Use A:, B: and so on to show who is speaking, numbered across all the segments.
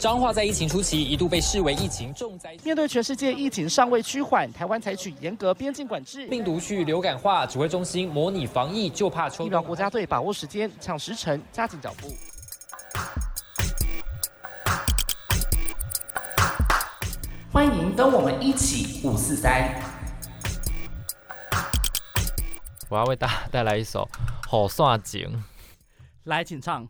A: 彰化在疫情初期一度被视为疫情重灾。
B: 面对全世界疫情尚未趋缓，台湾采取严格边境管制。
A: 病毒去流感化，指挥中心模拟防疫，就怕抽。
B: 疫苗国家队把握时间，抢时辰，加紧脚步。欢迎跟我们一起五四三。
A: 我要为大家带来一首《好算景》。
B: 来，请 唱。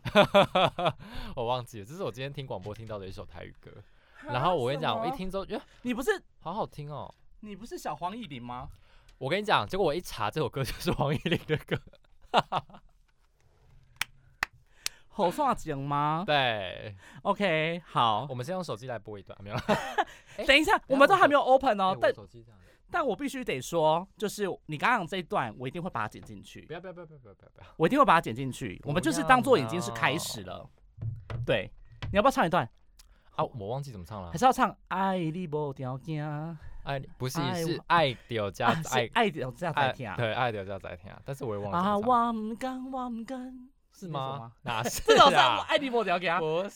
A: 我忘记了，这是我今天听广播听到的一首台语歌。
B: 啊
A: 然后我跟你 讲，我一听之后觉得哎
B: 你不是
A: 好好听哦。
B: 你不是小黄以玲吗？
A: 我跟你讲，结果我一查，这首歌就是黄义玲的 歌。
B: 好刷景吗
A: 对，
B: ？OK，好
A: 我。们先用手机来播一段，没有？哎
B: 等一下，我
A: 下
B: 们都还
A: 我
B: 没有 open
A: 哎
B: 哦
A: 我，
B: 但
A: 手机这样子，
B: 但我必须得说，就是你刚刚这一段，我一定会把它剪进去
A: 不，要不要不要不要不要不要不要！
B: 我一定会把它剪进去。我们就是当做已经是开始了。对，你要不要唱一段？
A: 啊，我忘记怎么唱了
B: 还。是要唱《爱你无条件》啊？
A: 爱你不是
B: 爱
A: 是
B: 我
A: 爱丢加
B: 啊，
A: 爱
B: 是爱的这样才
A: 爱
B: 听啊？
A: 对爱丢加再听啊，但是我也忘了
B: 啊，
A: 怎么唱
B: 我唔敢，我唔敢。
A: 是
B: 那首
A: 吗
B: 吗？
A: 哪是
B: 啊这首是我
A: 啊？
B: 爱你无条件啊，
A: 不是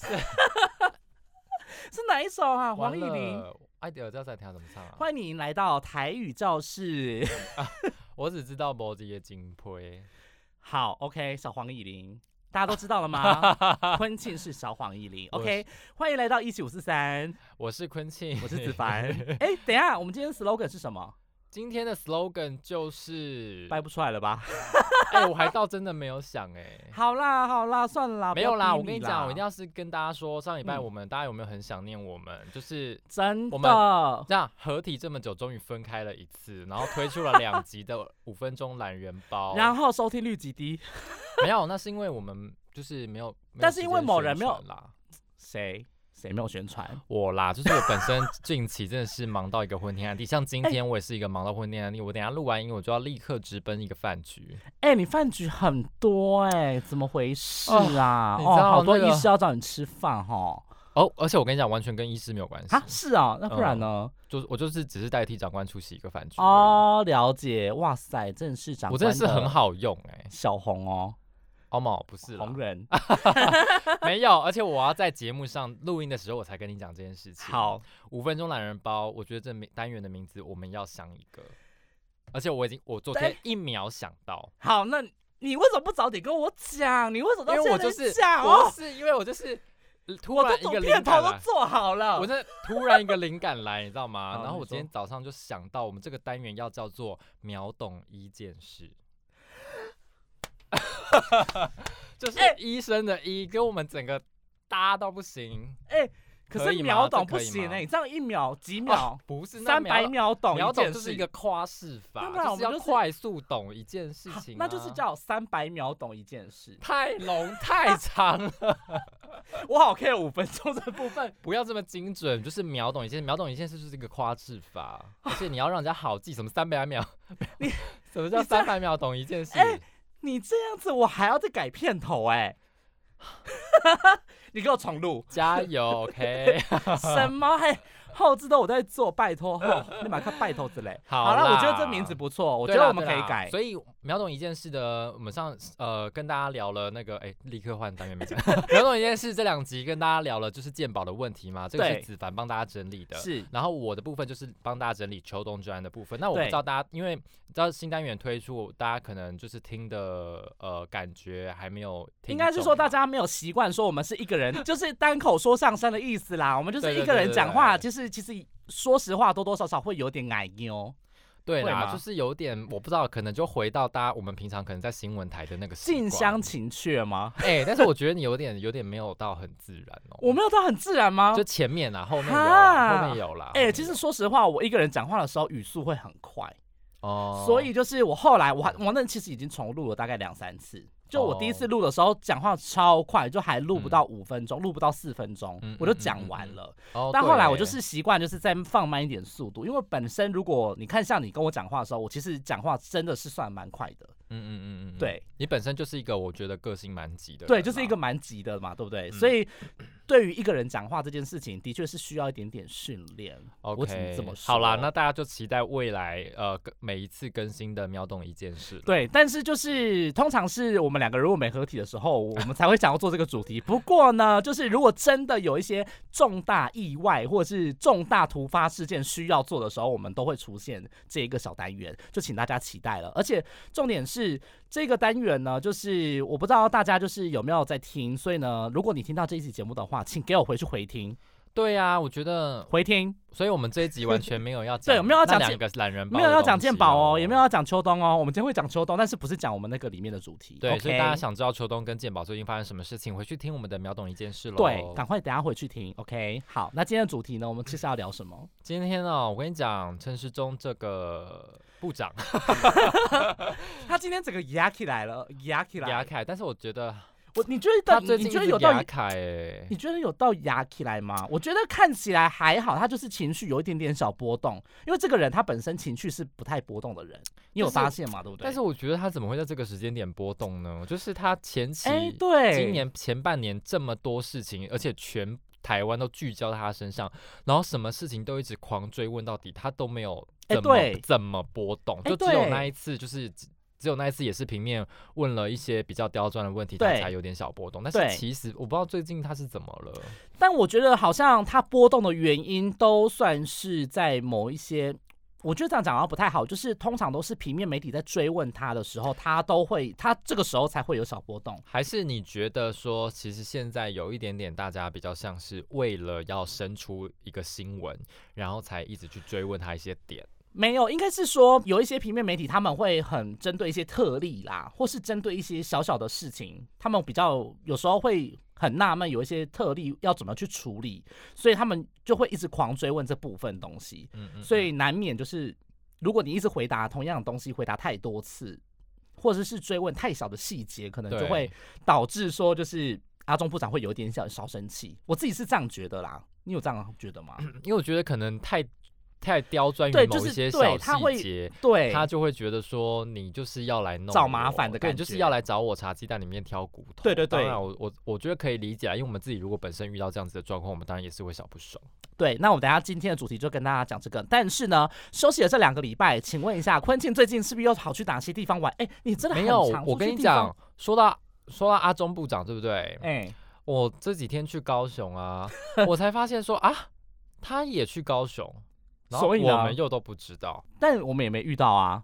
B: 是哪一首啊？ 黄
A: 完
B: 以玲。
A: 了哎爱丢加再听怎么唱啊？
B: 欢迎来到台语教室。
A: 我只知道摩羯的金杯，
B: 好，OK，小黄以玲，大家都知道 了吗？婚庆是小黄以玲
A: 我
B: ，OK，欢迎来到一七五四三，
A: 我是坤庆，
B: 我是 子凡。哎、等一下，我们今天的 slogan 是什么？
A: 今天的 slogan 就是，
B: 掰不出来了吧？
A: 哎、我还倒真的没有想哎、
B: 好啦，好啦，算啦，
A: 没有啦，
B: 不
A: 我
B: 逼
A: 跟你
B: 啦
A: 讲，我一定要是跟大家说，上礼拜
B: 嗯
A: 我们、大家有没有很想念我们？就是
B: 真
A: 我
B: 的
A: 这样合体这么久，终于分开了一次，然后推出了两集的五分钟懒人包。
B: 然后收听率极低，
A: 没有，那是因为我们就是没有，没有
B: 但是因为
A: 时间
B: 某人没有
A: 宣传啦，
B: 谁谁没有宣传？
A: 我啦，就是我本身 近期真的是忙到一个昏天暗地，像
B: 哎
A: 今天我也是一个忙到昏天暗地，我等一下录完音我就要立刻直奔一个饭局。
B: 哎、你饭局很多哎、怎么回事啊？
A: 你
B: 哦，
A: 知道
B: 好多
A: 那个
B: 医师要找你吃饭哦。
A: 哦，而且我跟你讲，完全跟医师没有关系
B: 啊，，是啊，那不然呢？
A: 就是我就是只是代替长官出席一个饭局。哦，
B: 哦，了解，哇塞，真的是长
A: 我真的
B: 官
A: 是很好用哎、欸，
B: 小红哦，
A: 哦冇不是啦，
B: 红人。
A: 没有，而且我要在节目上录音的时候我才跟你讲这件事情。
B: 好，
A: 五分钟懒人包，我觉得这名单元的名字我们要想一个，而且我已经我昨天
B: 对
A: 一秒想到，
B: 好，那你为什么不早点跟我讲？你为什么
A: 因为
B: 到现
A: 我
B: 在
A: 就是
B: 才讲
A: 不
B: 哦？
A: 是因为我就是呃突
B: 我
A: 然
B: 都
A: 一
B: 总
A: 个灵
B: 片头
A: 感啊
B: 都
A: 来。
B: 做好了
A: 我。真的突然一个灵感来，你知道吗？
B: 哦 好
A: 然后我
B: 你
A: 今天
B: 说
A: 早上就想到，我们这个单元要叫做“秒懂一件事”， 就是
B: 哎
A: 医生的医跟我们整个搭到不行。
B: 哎、
A: 可
B: 可是
A: 以吗
B: 秒
A: 这
B: 懂不
A: 可以
B: 行
A: 吗
B: 哎、你这样一秒几秒，
A: 哦不是那
B: 三百
A: 秒
B: 秒懂
A: 秒
B: 一
A: 懂
B: 件
A: 就是
B: 事
A: 一个跨式法，
B: 对啊吧我
A: 是
B: 们
A: 要
B: 就是
A: 快速懂一件事
B: 好
A: 情啊、
B: 那就是叫三百秒懂一件事。
A: 太long 太长了，
B: 我好 care 五分钟这部分，
A: 不要这么精准，就是秒懂一件，秒懂一件事就是一个夸式 法，而且你要让人家好记，什么三百秒，
B: 你
A: 什么叫
B: 你这
A: 三百秒懂一件事？，
B: 哎你这样子我还要再改片头哎、 你给我重录
A: 加 油，OK，
B: 什么还后置都我在做，拜托，哦你马上拜托之类。
A: 好
B: 好了，我觉得
A: 啦
B: 这名字不错，我觉
A: 对
B: 得
A: 啦
B: 我们可
A: 对
B: 以
A: 啦
B: 改。
A: 所以秒懂一件事的，我们上呃跟大家聊了那个，哎、立刻换单元名称。 秒懂一件事这两集跟大家聊了就是鉴宝的问题嘛，这个是
B: 对
A: 子凡帮大家整理的。
B: 是
A: 然后我的部分就是帮大家整理秋冬专案的部分。那我不
B: 对
A: 知道大家，因为你知道新单元推出，大家可能就是听的呃感觉还没有听懂嘛，
B: 应该是说大家没有习惯说我们是一个人， 就是单口说相声的意思啦。我们就是
A: 对
B: 一个
A: 对对
B: 人
A: 对
B: 讲话，
A: 对
B: 就是其实说实话多多少少会有点矮妞。
A: 对
B: 会
A: 啦，
B: 吗
A: 就是有点我不知道，可能就回到大家我们平常可能在新闻台的那个习
B: 近乡
A: 惯
B: 情 怯吗？
A: 哎、但是我觉得你有点有点没有到很自然哦。
B: 我没有到很自然吗
A: 就？前面啦，后面有啦，
B: 哈
A: 后面有啦。
B: 哎、
A: 后面
B: 其
A: 有
B: 实说实话，我一个人讲话的时候语速会很快，
A: 哦，
B: 所以就是我后来我还我那其实已经重录了大概两三次。就我第
A: 哦
B: 一次录的时候讲话超快，就还录不到五分钟，录、不到四分钟
A: 嗯，
B: 我就
A: 嗯嗯
B: 讲
A: 嗯
B: 完
A: 嗯
B: 了。
A: 哦
B: 但后来我就
A: 对
B: 是习惯，就是再放慢一点速度，因为本身如果你看像你跟我讲话的时候，我其实讲话真的是算蛮快的，
A: 嗯嗯嗯嗯，嗯，
B: 对
A: 你本身就是一个我觉得个性蛮急的人啦，嗯
B: 对，就是一个蛮急的嘛，对不对？所以对于一个人讲话这件事情，的确是需要一点点训练。我只能
A: OK，
B: 这么说。
A: 好啦，那大家就期待未来呃跟每一次更新的秒懂一件事了。
B: 对，但是就是通常是我们两个如果没合体的时候，我们才会想要做这个主题。不过呢，就是如果真的有一些重大意外或者是重大突发事件需要做的时候，我们都会出现这一个小单元，就请大家期待了。而且重点是这个单元呢，就是我不知道大家就是有没有在听，所以呢，如果你听到这一期节目的话，请给我回去回听，
A: 对呀、我觉得，
B: 回听。
A: 所以我们这一集完全没有要
B: 对我们要
A: 那
B: 讲
A: 两
B: 健
A: 个懒人包，
B: 没有要讲鉴宝哦，也没有。要讲秋冬哦，我们今天会讲秋冬，但是不是讲我们那个里面的主题。
A: 对
B: OK
A: 所以大家想知道秋冬跟鉴宝最近发生什么事情，回去听我们的秒懂一件事喽。
B: 对，赶快等下回去听。OK，好，那今天的主题呢，我们其实要聊什么？
A: 今天呢、我跟你讲，陈时中这个部长
B: 他今天整个压起来了，压起
A: 牙，凯，但是我觉得
B: 我你觉得
A: 他
B: 到
A: 最
B: 你
A: 近
B: 觉得
A: 一直
B: 有到
A: 牙凯、欸，
B: 你觉得有到压起来吗？我觉得看起来还好，他就是情绪有一点点小波动，因为这个人他本身情绪是不太波动的人，你有
A: 但是
B: 发现吗？对不对？
A: 但是我觉得他怎么会在这个时间点波动呢？就是他前期、
B: 哎，对，
A: 今年前半年这么多事情，而且全台湾都聚焦在他身上，然后什么事情都一直狂追问到底，他都没有怎
B: 哎
A: 么、
B: 对
A: 怎么波动，
B: 哎
A: 就只有
B: 对
A: 那一次就是。只只有那一次也是平面问了一些比较刁钻的问题，他
B: 对
A: 才有点小波动。但
B: 对
A: 是其实我不知道最近他是怎么了。
B: 但我觉得好像它波动的原因都算是在某一些，我觉得这样讲好像不太好，就是通常都是平面媒体在追问他的时候，他都会，他这个时候才会有小波动。
A: 还是你觉得说，其实现在有一点点大家比较像是为了要生出一个新闻，然后才一直去追问他一些点。
B: 没有，应该是说有一些平面媒体他们会很针对一些特例啦，或是针对一些小小的事情，他们比较有时候会很纳闷，有一些特例要怎么去处理，所以他们就会一直狂追问这部分东西。
A: 嗯嗯，
B: 所
A: 嗯
B: 以难免就是，如果你一直回答同样的东西，回答太多次，或者是追问太小的细节，可能就
A: 对
B: 会导致说，就是阿中部长会有点小小生气。我自己是这样觉得啦，你有这样觉 得吗？
A: 因为我觉得可能太太刁钻于
B: 对
A: 某
B: 就是
A: 一些
B: 对
A: 小
B: 他会
A: 细节，
B: 对，
A: 他就会觉得说你就是要来弄
B: 找
A: 我
B: 麻烦的
A: 对
B: 感
A: 你就是
B: 觉
A: 要来找我茶鸡蛋里面挑骨头。
B: 对对
A: 当
B: 对
A: 然我我我觉得可以理解啊，因为我们自己如果本身遇到这样子的状况，我们当然也是会小不爽。
B: 对。那我们等一下今天的主题就跟大家讲这个。但是呢，休息了这两个礼拜，请问一下，昆庆最近是不是又跑去哪些地方玩？哎，你真的
A: 没
B: 很
A: 有
B: 常，
A: 我
B: 出去
A: 跟你
B: 地方
A: 讲，，说到说到阿中部长对不对？
B: 哎，
A: 我这几天去高雄啊，我才发现说啊，他也去高雄，然后
B: 所以
A: 我
B: 呢
A: 们又都不知道。
B: 但我们也没遇到啊。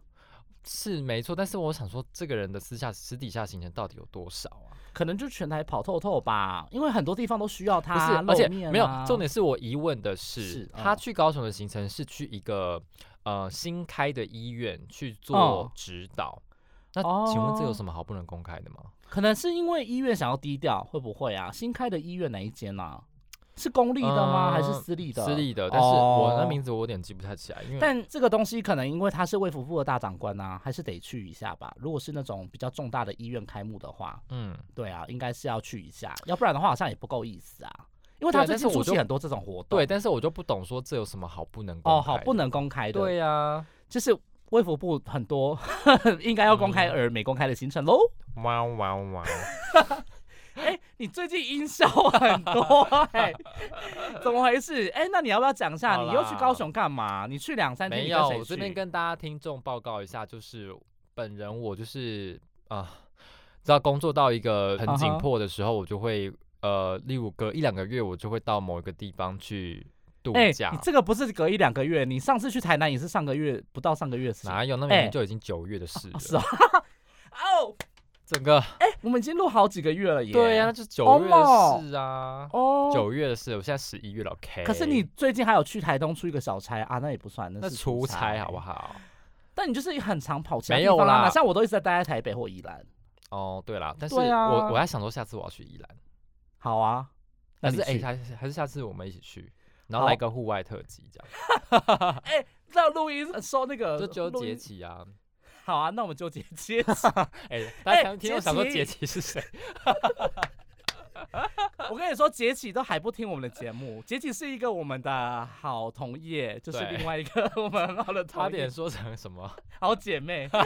A: 是没错，但是我想说，这个人的私下私底下行程到底有多少啊？
B: 可能就全台跑透透吧，因为很多地方都需要他
A: 不是，
B: 露面啊、
A: 而且没有重点是我疑问的是，
B: 是
A: 他
B: 嗯
A: 去高雄的行程是去一个呃新开的医院去做
B: 哦
A: 指导。那请问这有
B: 哦
A: 什么好不能公开的吗？
B: 可能是因为医院想要低调，会不会啊？新开的医院哪一间啊？是公立的吗？
A: 嗯
B: 还是私立的？
A: 私立的，但是我那
B: 哦
A: 名字我有点记不太起来，因为
B: 但这个东西可能因为他是卫福部的大长官啊，还是得去一下吧。如果是那种比较重大的医院开幕的话，
A: 嗯，
B: 对啊，应该是要去一下，要不然的话好像也不够意思啊。因为
A: 对
B: 他最
A: 但是
B: 近
A: 我
B: 出席
A: 就
B: 很多这种活动，
A: 对，但是我就不懂说这有什么好不能公开
B: 哦，好，不
A: 的
B: 能公开的，
A: 对，呀、啊，
B: 就是卫福部很多 应该要公
A: 嗯
B: 开而没公开的行程喽。
A: 哇哇哇！
B: 哎、你最近音效很多 哎、怎么回事？哎、那你要不要讲一下？
A: 好啦
B: 你又去高雄干嘛？你去两三天，
A: 没
B: 你
A: 有，
B: 跟谁
A: 我这
B: 去
A: 边跟大家听众报告一下，就是本人我就是啊，知道工作到一个很紧
B: 啊哈
A: 迫的时候，我就会呃，例如隔一两个月，我就会到某一个地方去度
B: 哎、
A: 假
B: 你。这个不是隔一两个月？你上次去台南也是上个月不到上个月的事情。
A: 哪有？那
B: 哎
A: 明明就已经九月的事了。
B: 哦是啊，哦，
A: 整个
B: 哎我们已经录好几个月了耶。
A: 对啊呀，那，就是九
B: 哦
A: 月
B: 莫
A: 的事啊，
B: 哦，
A: 九月的事。我现在十一月了，OK。
B: 可是你最近还有去台东出一个小差啊，那也不算，
A: 那
B: 是
A: 出差好不
B: 好？
A: 好？
B: 但你就是很常跑其他
A: 没
B: 地
A: 有
B: 方啊，
A: 啦
B: 哪像我都一直在待在台北或宜兰。
A: 哦，对啦，但是
B: 对啊
A: 我我在想说，下次我要去宜兰。
B: 好啊，那
A: 还是
B: 你
A: 哎，
B: 去。
A: 还是还是下次我们一起去，然后来
B: 好
A: 个户外特辑这样，
B: 那录音收那个
A: 就纠
B: 呃录
A: 结
B: 音
A: 起啊。
B: 好啊，那我们就结结束。
A: 哎， 大家
B: 哎
A: 听我想说
B: 杰
A: 杰
B: 奇
A: 奇是 谁？
B: 我跟你说，杰起都还不听我们的节目。杰起是一个我们的好同业，就是
A: 对
B: 另外一个我们很好的
A: 差
B: 同
A: 点
B: 业、
A: 说成什么？
B: 好姐妹。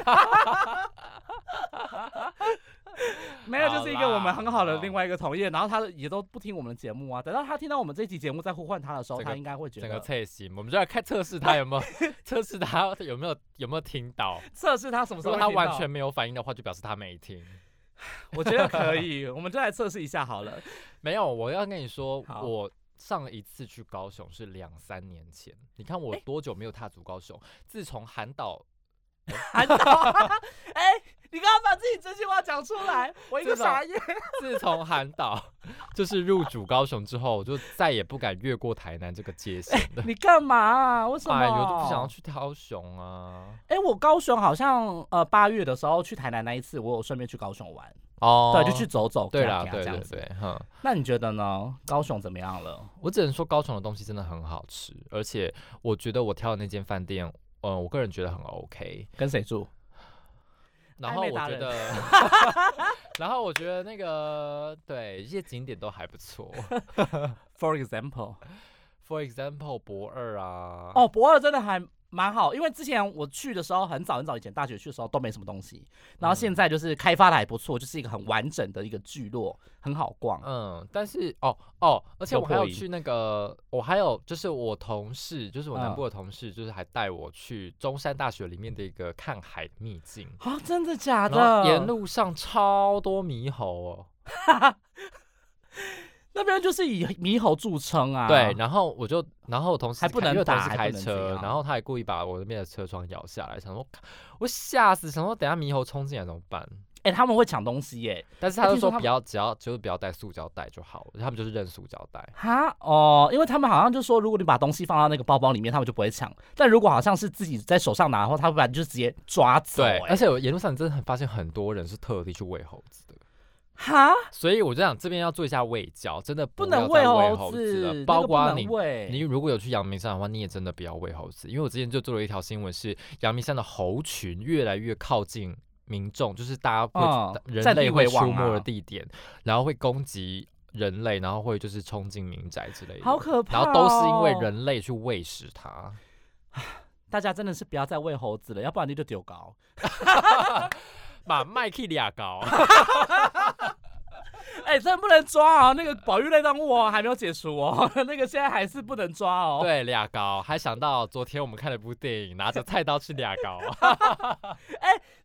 B: 没有，就是一个我们很好的
A: 好
B: 另外一个同业，然后他也都不听我们的节目啊。等到他听到我们这期节目再呼唤他的时候，
A: 整个
B: 他应该会 觉
A: 整个
B: 得
A: 测型，我们就来看测试他有没 有测试他有没有有没有听到。
B: 测试他什么
A: 如
B: 时候
A: 果
B: 会
A: 他
B: 听到
A: 完全，没有反应的话，就表示他没听。
B: 我觉得可以，我们就来测试一下好 了。
A: 没有，我要跟你说，
B: 好
A: 我上一次去高雄是两三年前。你看
B: 哎
A: 我多久没有踏足高雄？自从韩岛，
B: 韩导，哎、你刚刚把自己真心话讲出来，我一个
A: 这种
B: 傻眼。
A: 自从韩岛 就是入主高雄之后，我就再也不敢越过台南这个界限了。
B: 你干嘛、啊？为什么？
A: 哎呦，我都不想要去高雄啊！
B: 哎、我高雄好像呃八月的时候去台南那一次，我有顺便去高雄玩，
A: 哦
B: 对，就去。走走，
A: 对
B: 啦
A: 啦，，对
B: 这
A: 对
B: 样子。
A: 对，哼，
B: 那你觉得呢？高雄怎么样了？
A: 我只能说高雄的东西真的很好吃，而且我觉得我挑的那间饭店，嗯、我个人觉得很 OK。
B: 跟谁住？
A: 然
B: 暧
A: 后
B: 昧
A: 我
B: 达
A: 觉
B: 人
A: 得，然后我觉得那个对一些景点都还不 错
B: For example，
A: ，For example 博二啊，
B: 哦，博二真的还蛮好，因为之前我去的时候很早很早以前，大学去的时候都没什么东西，
A: 嗯
B: 然后现在就是开发的还不错，就是一个很完整的一个聚落，很好逛。
A: 嗯，但是哦哦，而且
B: 有
A: 我还有
B: 破音
A: 去那个，我还有就是我同事，就是我南
B: 嗯
A: 部的同事，就是还带我去中山大学里面的一个看海秘境，
B: 啊，真的假
A: 然后
B: 的？
A: 沿路上超多猕猴哦，
B: 那边就是以猕猴著称啊。
A: 对，，然后我就，然后我同事
B: 还
A: 开
B: 不能
A: 因为我同
B: 打
A: 事
B: 还
A: 开
B: 不能怎
A: 车，
B: 样
A: 然后他还故意把我那边的车窗摇下来，想说我吓死，想说等下猕猴冲进来怎么办？
B: 哎、他们会抢东西耶、
A: 但是
B: 哎
A: 他就
B: 听说
A: 说
B: 他
A: 不要，只要就是不要带塑胶袋就好了，他们就是认塑胶袋。
B: 哈哦，因为他们好像就说，如果你把东西放到那个包包里面，他们就不会抢；但如果好像是自己在手上拿的话，他们就直接抓走、
A: 对，而
B: 哎，
A: 且我沿路上真的很发现很多人是特地去喂猴子的，
B: 哈，
A: 所以我就想这边要做一下喂教，真的
B: 不
A: 要
B: 能
A: 再喂
B: 猴
A: 子
B: 那
A: 了，
B: 个
A: 包
B: 不
A: 括
B: 能
A: 你。
B: 喂
A: 你如果有去阳明山的话，你也真的不要喂猴子，因为我之前就做了一条新闻，是阳明山的猴群越来越靠近民众，就是大家会、
B: 嗯
A: 人
B: 占
A: 类
B: 地
A: 会
B: 为王
A: 出没的
B: 啊
A: 地点，然后会攻击人类，然后会就是冲进民宅之类的，
B: 好可怕、哦
A: 然后都是因为，人类去喂食它。
B: 大家真的是不要再喂猴子了，要不然你就丢高。
A: 把麦克俩搞，
B: 哎、真的不能抓啊！那个保育类动物哦，还没有解除 哦，那个现在还是不能抓哦。
A: 对俩搞，还想到昨天我们看了部电影，拿着菜刀去俩搞，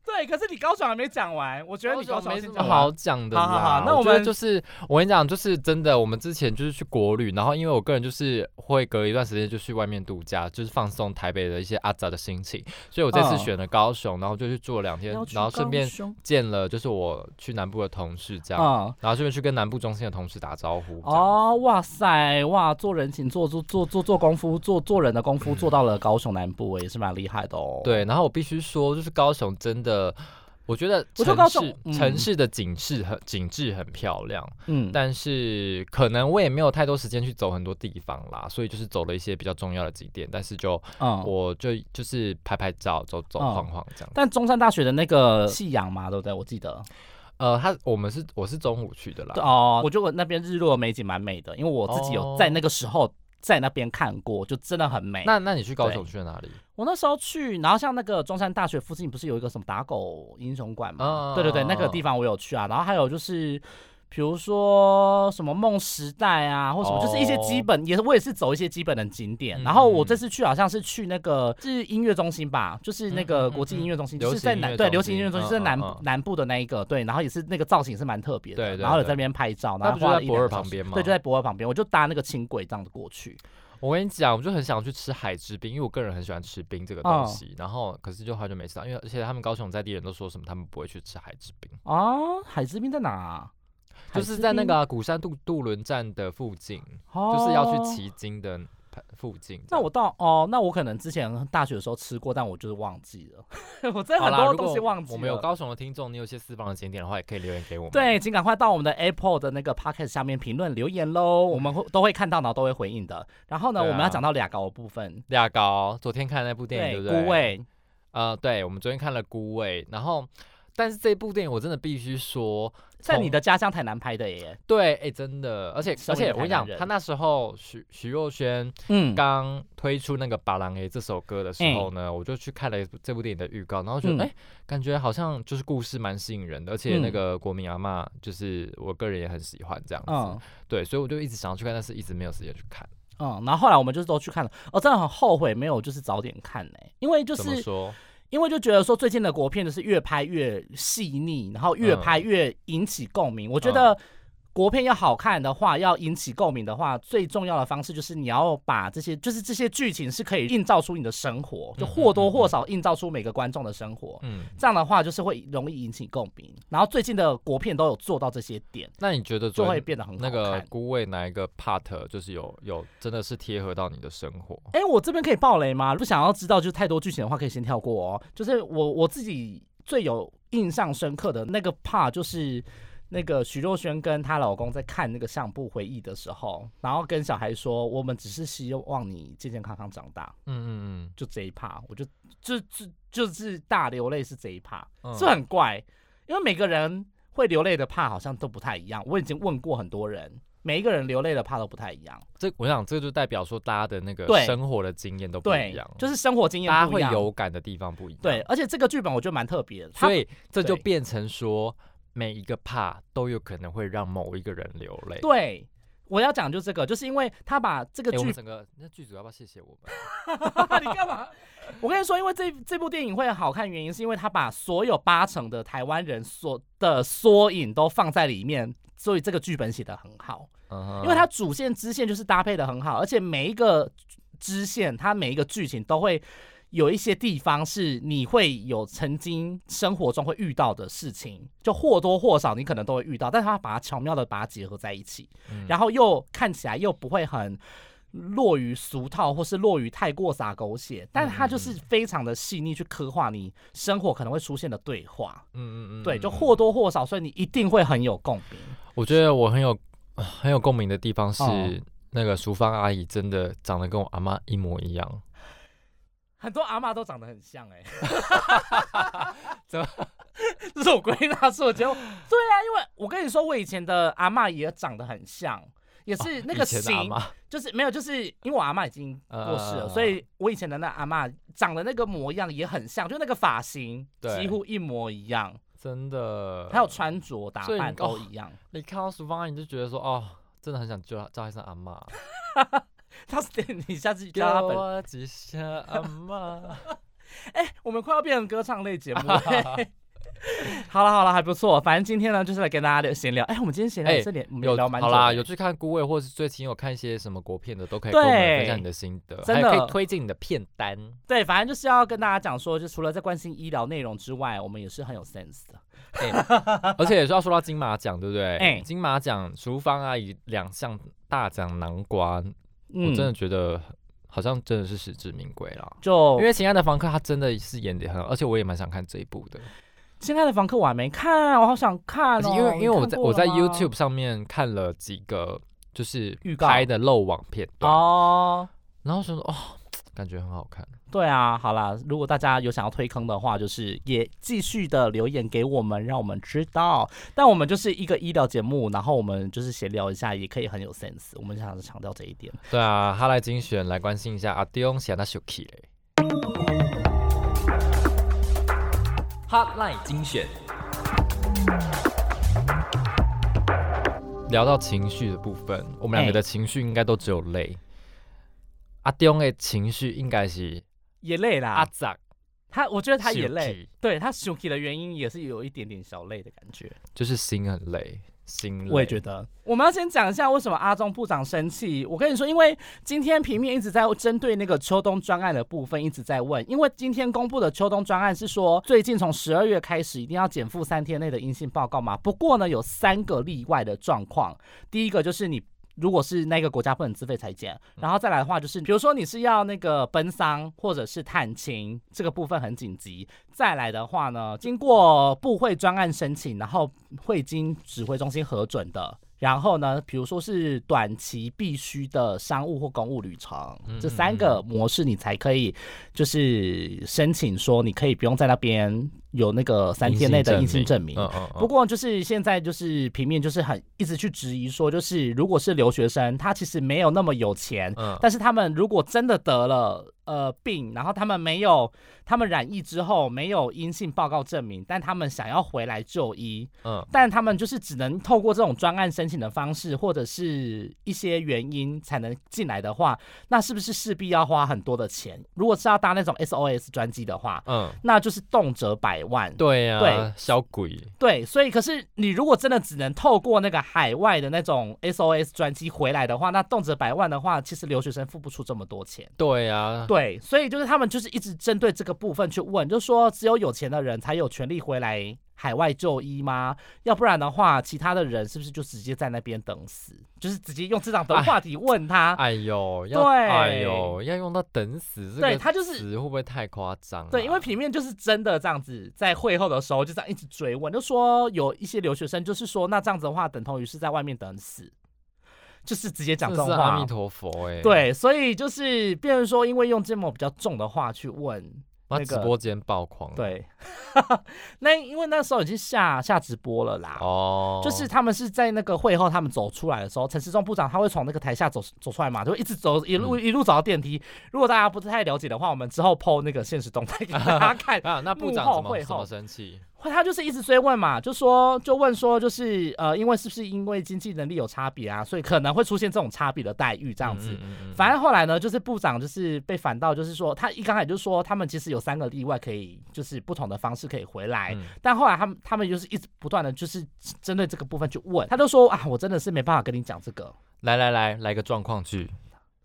B: 对，可是你高雄还没讲完，我觉得你高
A: 高
B: 雄
A: 雄
B: 先
A: 没什么
B: 讲完
A: 好讲的啦。
B: 好好好那我
A: 觉得
B: 们
A: 就是我跟你讲，就是真的，我们之前就是去国旅，然后因为我个人就是会隔一段时间就去外面度假，就是放松台北的一些阿杂的心情，所以我这次
B: 嗯
A: 选了高雄，然后就去住了两天
B: 要，去
A: 然后顺
B: 高
A: 便
B: 雄
A: 见了就是我去南部的同事这样，
B: 嗯，
A: 然后顺便去跟南部中心的同事打招呼。哦，
B: 哦，哇塞，哇，做人情做做做做做功夫，做做人的功夫，做到了高雄南部，也是蛮厉害的哦。，
A: 对，然后我必须说，就是高雄真的。我觉得
B: 我觉
A: 城
B: 得高
A: 市
B: 雄、嗯
A: 城市的景致很景致很漂亮，
B: 嗯，
A: 但是可能我也没有太多时间去走很多地方啦，所以就是走了一些比较重要的景点，但是就、
B: 嗯，
A: 我就就是拍拍照、走走
B: 嗯
A: 晃晃这样。
B: 但中山大学的那个夕阳嘛，对不对？我记得
A: 呃，他我们是我是中午去的啦，
B: 哦，我觉得那边日落的美景蛮美的，因为我自己有
A: 哦
B: 在那个时候在那边看过，就真的很美。
A: 那那你去高雄去了哪里？
B: 我那时候去，然后像那个中山大学附近不是有一个什么打狗英雄馆吗？
A: 嗯
B: 对对对，那个地方我有去啊。然后还有就是，比如说什么梦时代啊，或什么，
A: 哦
B: 就是一些基本，也是我也是走一些基本的景点。
A: 嗯
B: 然后我这次去好像是去那个是音乐中心吧，就是那个国际音乐中
A: 嗯嗯
B: 心，
A: 嗯嗯
B: 就是在
A: 流行音
B: 南
A: 乐
B: 对
A: 中
B: 流行音乐
A: 心
B: 中心是在南、
A: 嗯嗯嗯
B: 南部的那一个对，然后也是那个造型是蛮特别的，
A: 对对对
B: 然后有在那边拍照，然
A: 那
B: 后
A: 不就
B: 花
A: 在
B: 了一
A: 博
B: 两
A: 尔
B: 个小
A: 旁
B: 时
A: 边吗？
B: 对，就在博尔旁边，我就搭那个轻轨这样子过去。
A: 我跟你讲，我就很想去吃海之冰，因为我个人很喜欢吃冰这个东西。
B: 哦
A: 然后可是就好久没吃到，因为而且他们高雄在地人都说什么，他们不会去吃海之冰，
B: 哦，海之滨在哪啊、海
A: 就是
B: 之
A: 在那
B: 滨
A: 个啊、鼓山渡渡轮站的附近，
B: 哦
A: 就是要去旗津的呃附近这
B: 那
A: 样。
B: 我到哦，那我可能之前大学的时候吃过，但我就是忘记了， 我真的
A: 好
B: 很
A: 啦，
B: 多
A: 如
B: 东
A: 果
B: 西忘记了。
A: 我们有高雄的听众，你有些私房的景点的话，也可以留言给我们。
B: 对，请赶快到我们的 Apple 的那个 Podcast 下面评论留言喽，我们会都会看到，然后都会回应的。然后呢，
A: 对啊
B: 我们要讲到俩高的部分，
A: 俩高，昨天看那部电影，对不对？
B: 孤。味，
A: 呃，对，我们昨天看了《孤味》，然后但是这部电影我真的必须说，
B: 在你的家乡台南拍的耶，
A: 对，哎、真的，而且
B: 身
A: 而
B: 为一
A: 且我
B: 个
A: 跟你
B: 台南
A: 讲，
B: 人
A: 他那时候徐徐若瑄
B: 嗯，
A: 刚推出那个《巴郎诶》这首歌的时候呢，我就去看了这部电影的预告，然后觉得
B: 嗯
A: 哎、感觉好像就是故事蛮吸引人的，而且那
B: 嗯
A: 个国民阿嬷就是我个人也很喜欢这样子，
B: 嗯
A: 对，所以我就一直想要去看，但是一直没有时间去看。
B: 嗯，然后后来我们就是都去看了，哦，真的很后悔没有就是早点看呢、因为就
A: 怎么
B: 是
A: 说？
B: 因为就觉得说最近的国片就是越拍越细腻，然后越
A: 嗯
B: 拍越引起共鸣。我觉得国片要好看的话，要引起共鸣的话，最重要的方式就是你要把这些，就是这些剧情是可以映照出你的生活，就
A: 嗯嗯
B: 或多
A: 嗯
B: 或
A: 嗯
B: 少映照出每个观众的生活。
A: 嗯，
B: 这样的话就是会容易引起共鸣。然后最近的国片都有做到这些点，
A: 那你觉得
B: 就
A: 昨
B: 会
A: 天
B: 变得很好
A: 那
B: 看。
A: 个孤味哪一个 part 就是有有真的是贴合到你的生活？
B: 哎、我这边可以爆雷吗？如果想要知道就是太多剧情的话，可以先跳过哦。就是我我自己最有印象深刻的那个 part 就是。那个徐若瑄跟她老公在看那个相簿回忆的时候，然后跟小孩说：“我们只是希望你健健康康长大。
A: 嗯”
B: 就这一 part，我就就就就是大流泪是这一 part，
A: 嗯嗯，
B: 这很怪，因为每个人会流泪的 part 好像都不太一样。我已经问过很多人，每一个人流泪的 part 都不太一样。
A: 这我想这就代表说大家的那个
B: 对
A: 生活的经验都不一
B: 对
A: 样，，
B: 就是生活经验
A: 大家
B: 不一
A: 会
B: 样
A: 有感的地方不一样。
B: 对，，而且这个剧本我觉得蛮特别的，它
A: 所以这就
B: 对
A: 变成说每一个 part 都有可能会让某一个人流泪。
B: 对我要讲就这个，就是因为他把这个
A: 哎诶我
B: 剧
A: 们，整个那剧组要不要谢谢我们？
B: 你干嘛？ 我跟你说，因为这这部电影会好看，原因是因为他把所有八成的台湾人所的缩影都放在里面，所以这个剧本写得很好，
A: 嗯哼
B: 因为它主线支线就是搭配的很好，而且每一个支线，它每一个剧情都会。有一些地方是你会有曾经生活中会遇到的事情，就或多或少你可能都会遇到，但是他把它巧妙的把它结合在一起。
A: 嗯
B: 然后又看起来又不会很落于俗套，或是落于太过洒狗血，但它
A: 嗯
B: 就是非常的细腻去刻画你生活可能会出现的对话，
A: 嗯嗯嗯，
B: 对，就
A: 嗯
B: 或多或少，所以你一定会很有共鸣。
A: 我觉得我很有很有共鸣的地方是。
B: 哦
A: 那个淑芳阿姨真的长得跟我阿妈一模一样，
B: 很多阿嬷都长得很像 哎、
A: 怎么？
B: 这是我归纳出的结果。对啊，因为我跟你说，我以前的阿嬷也长得很像，也是那个
A: 哦以前的阿
B: 型，
A: 嬷
B: 就是没有，就是因为我阿嬷已经过世了，
A: 呃
B: 所以我以前的那阿嬷长得那个模样也很像，就那个发型
A: 对
B: 几乎一模一样，
A: 真的，
B: 还有穿着打
A: 所以
B: 扮
A: 你哦
B: 都一样。
A: 你看到淑芳阿姨你就觉得说，哦，真的很想叫她叫她一声阿妈，
B: 他是 你下次
A: 给
B: 叫他本，
A: 我几声阿妈。
B: 我们快要变成歌唱类节目 了。 好了好了，还不错。反正今天呢，就是来跟大家聊闲聊。哎、我们今天闲聊
A: 哎
B: 这里、我们也
A: 有
B: 聊蛮久
A: 好
B: 的
A: 啦，有去看《孤味》或是最近有看一些什么国片的，都可以
B: 对
A: 跟我们分享你的心得，
B: 真
A: 还
B: 的
A: 可以推荐你的片单。
B: 对，反正就是要跟大家讲说，就除了在关心医疗内容之外，我们也是很有 sense 的。
A: 而且也是要说到金马奖，对不对？
B: 哎
A: 金马奖淑芳阿姨两项大奖南瓜，我真
B: 嗯
A: 的觉得好像真的是实至名归啦。
B: 就
A: 因为《亲爱的房客》他真的是演的很好，而且我也蛮想看这一部的。
B: 亲爱的房客我还没看，我好想看
A: 而且
B: 哦。
A: 因为因为我
B: 你看
A: 在
B: 过
A: 我在
B: 了吗
A: YouTube 上面看了几个就是
B: 预告
A: 拍的漏网片段，
B: 哦，
A: 然后想说哦，感觉很好看。
B: 对啊，好啦，如果大家有想要推坑的话，就是也继续的留言给我们，让我们知道。但我们就是一个医疗节目，然后我们就是闲聊一下，也可以很有 sense。我们想强调这一点。
A: 对啊，哈来精选来关心一下阿丁写那首 key 嘞。Hotline 精选，聊到情绪的部分，我们两
B: 哎
A: 个的情绪应该都只有累。阿丁的情绪应该是
B: 也累啦，
A: 阿杂，
B: 啊他我觉得他也
A: 生
B: 累
A: 气，
B: 对他 s h u k i 的原因也是有一点点小累的感觉。
A: 就是心很累，心累。
B: 我也觉得，我们要先讲一下为什么阿中部长生气。我跟你说，因为今天平面一直在针对那个秋冬专案的部分一直在问，因为今天公布的秋冬专案是说，最近从十二月开始一定要减负三天内的阴性报告嘛。不过呢，有三个例外的状况，第一个就是你。如果是那个国家不能自费裁剪，然后再来的话就是，比如说你是要那个奔丧或者是探亲，这个部分很紧急。再来的话呢，经过部会专案申请，然后会经指挥中心核准的。然后呢，比如说是短期必须的商务或公务旅程，
A: 嗯
B: 这三个模式你才可以，就是申请说你可以不用在那边有那个三天内的阴性证明。
A: 嗯嗯嗯，
B: 不过就是现在就是平面就是很一直去质疑说，就是如果是留学生，他其实没有那么有钱，
A: 嗯
B: 但是他们如果真的得了呃病，然后他们没有他们染疫之后没有阴性报告证明，但他们想要回来就医，
A: 嗯
B: 但他们就是只能透过这种专案申请的方式，或者是一些原因才能进来的话，那是不是势必要花很多的钱？如果是要搭那种 SOS 专机的话，
A: 嗯，
B: 那就是动辄百万。
A: 对呀、
B: 对
A: 小鬼，
B: 对，所以可是你如果真的只能透过那个海外的那种 SOS 专机回来的话，那动辄百万的话，其实留学生付不出这么多钱。
A: 对呀、
B: 对，啊所以就是他们就是一直针对这个部分去问，就说只有有钱的人才有权利回来海外就医吗？要不然的话，其他的人是不是就直接在那边等死？就是直接用这样的话题问他。
A: 哎呦，要
B: 对
A: 哎呦，要用到等死这
B: 对
A: 个
B: 他就是。
A: 词会不会太夸张、啊？
B: 对，因为平面就是真的这样子，在会后的时候就这样一直追问，就说有一些留学生就是说，那这样子的话，等同于是在外面等死，就是直接讲
A: 真
B: 这
A: 的
B: 种
A: 是
B: 话。
A: 阿弥陀佛哎、，
B: 对，所以就是变成说，因为用这么比较重的话去问，
A: 妈
B: 那
A: 直
B: 个
A: 播间爆狂，，
B: 对， 那因为那时候已经下下直播了啦。
A: 哦，
B: 就是他们是在那个会后，他们走出来的时候，陈时中部长他会从那个台下走走出来嘛，就会一直走，一
A: 嗯。
B: 路、一路走到电梯。如果大家不太了解的话，我们之后 PO 那个现实动态给大家 看
A: 啊，那部
B: 幕
A: 长
B: 后
A: 怎么
B: 会
A: 怎么
B: 后
A: 生气？
B: 他就是一直追问嘛，就说就问说，就是呃，因为是不是因为经济能力有差别啊，所以可能会出现这种差别的待遇这
A: 这
B: 样子。
A: 嗯嗯
B: 反正后来呢，就是部长就是被反到，就是说他一刚才就说他们其实有三个例外可以，就是不同的方式可以回来，
A: 嗯
B: 但后来他们他们就是一直不断的就是针对这个部分去问，他就说啊，我真的是没办法跟你讲这个，
A: 来来来，来个状况剧，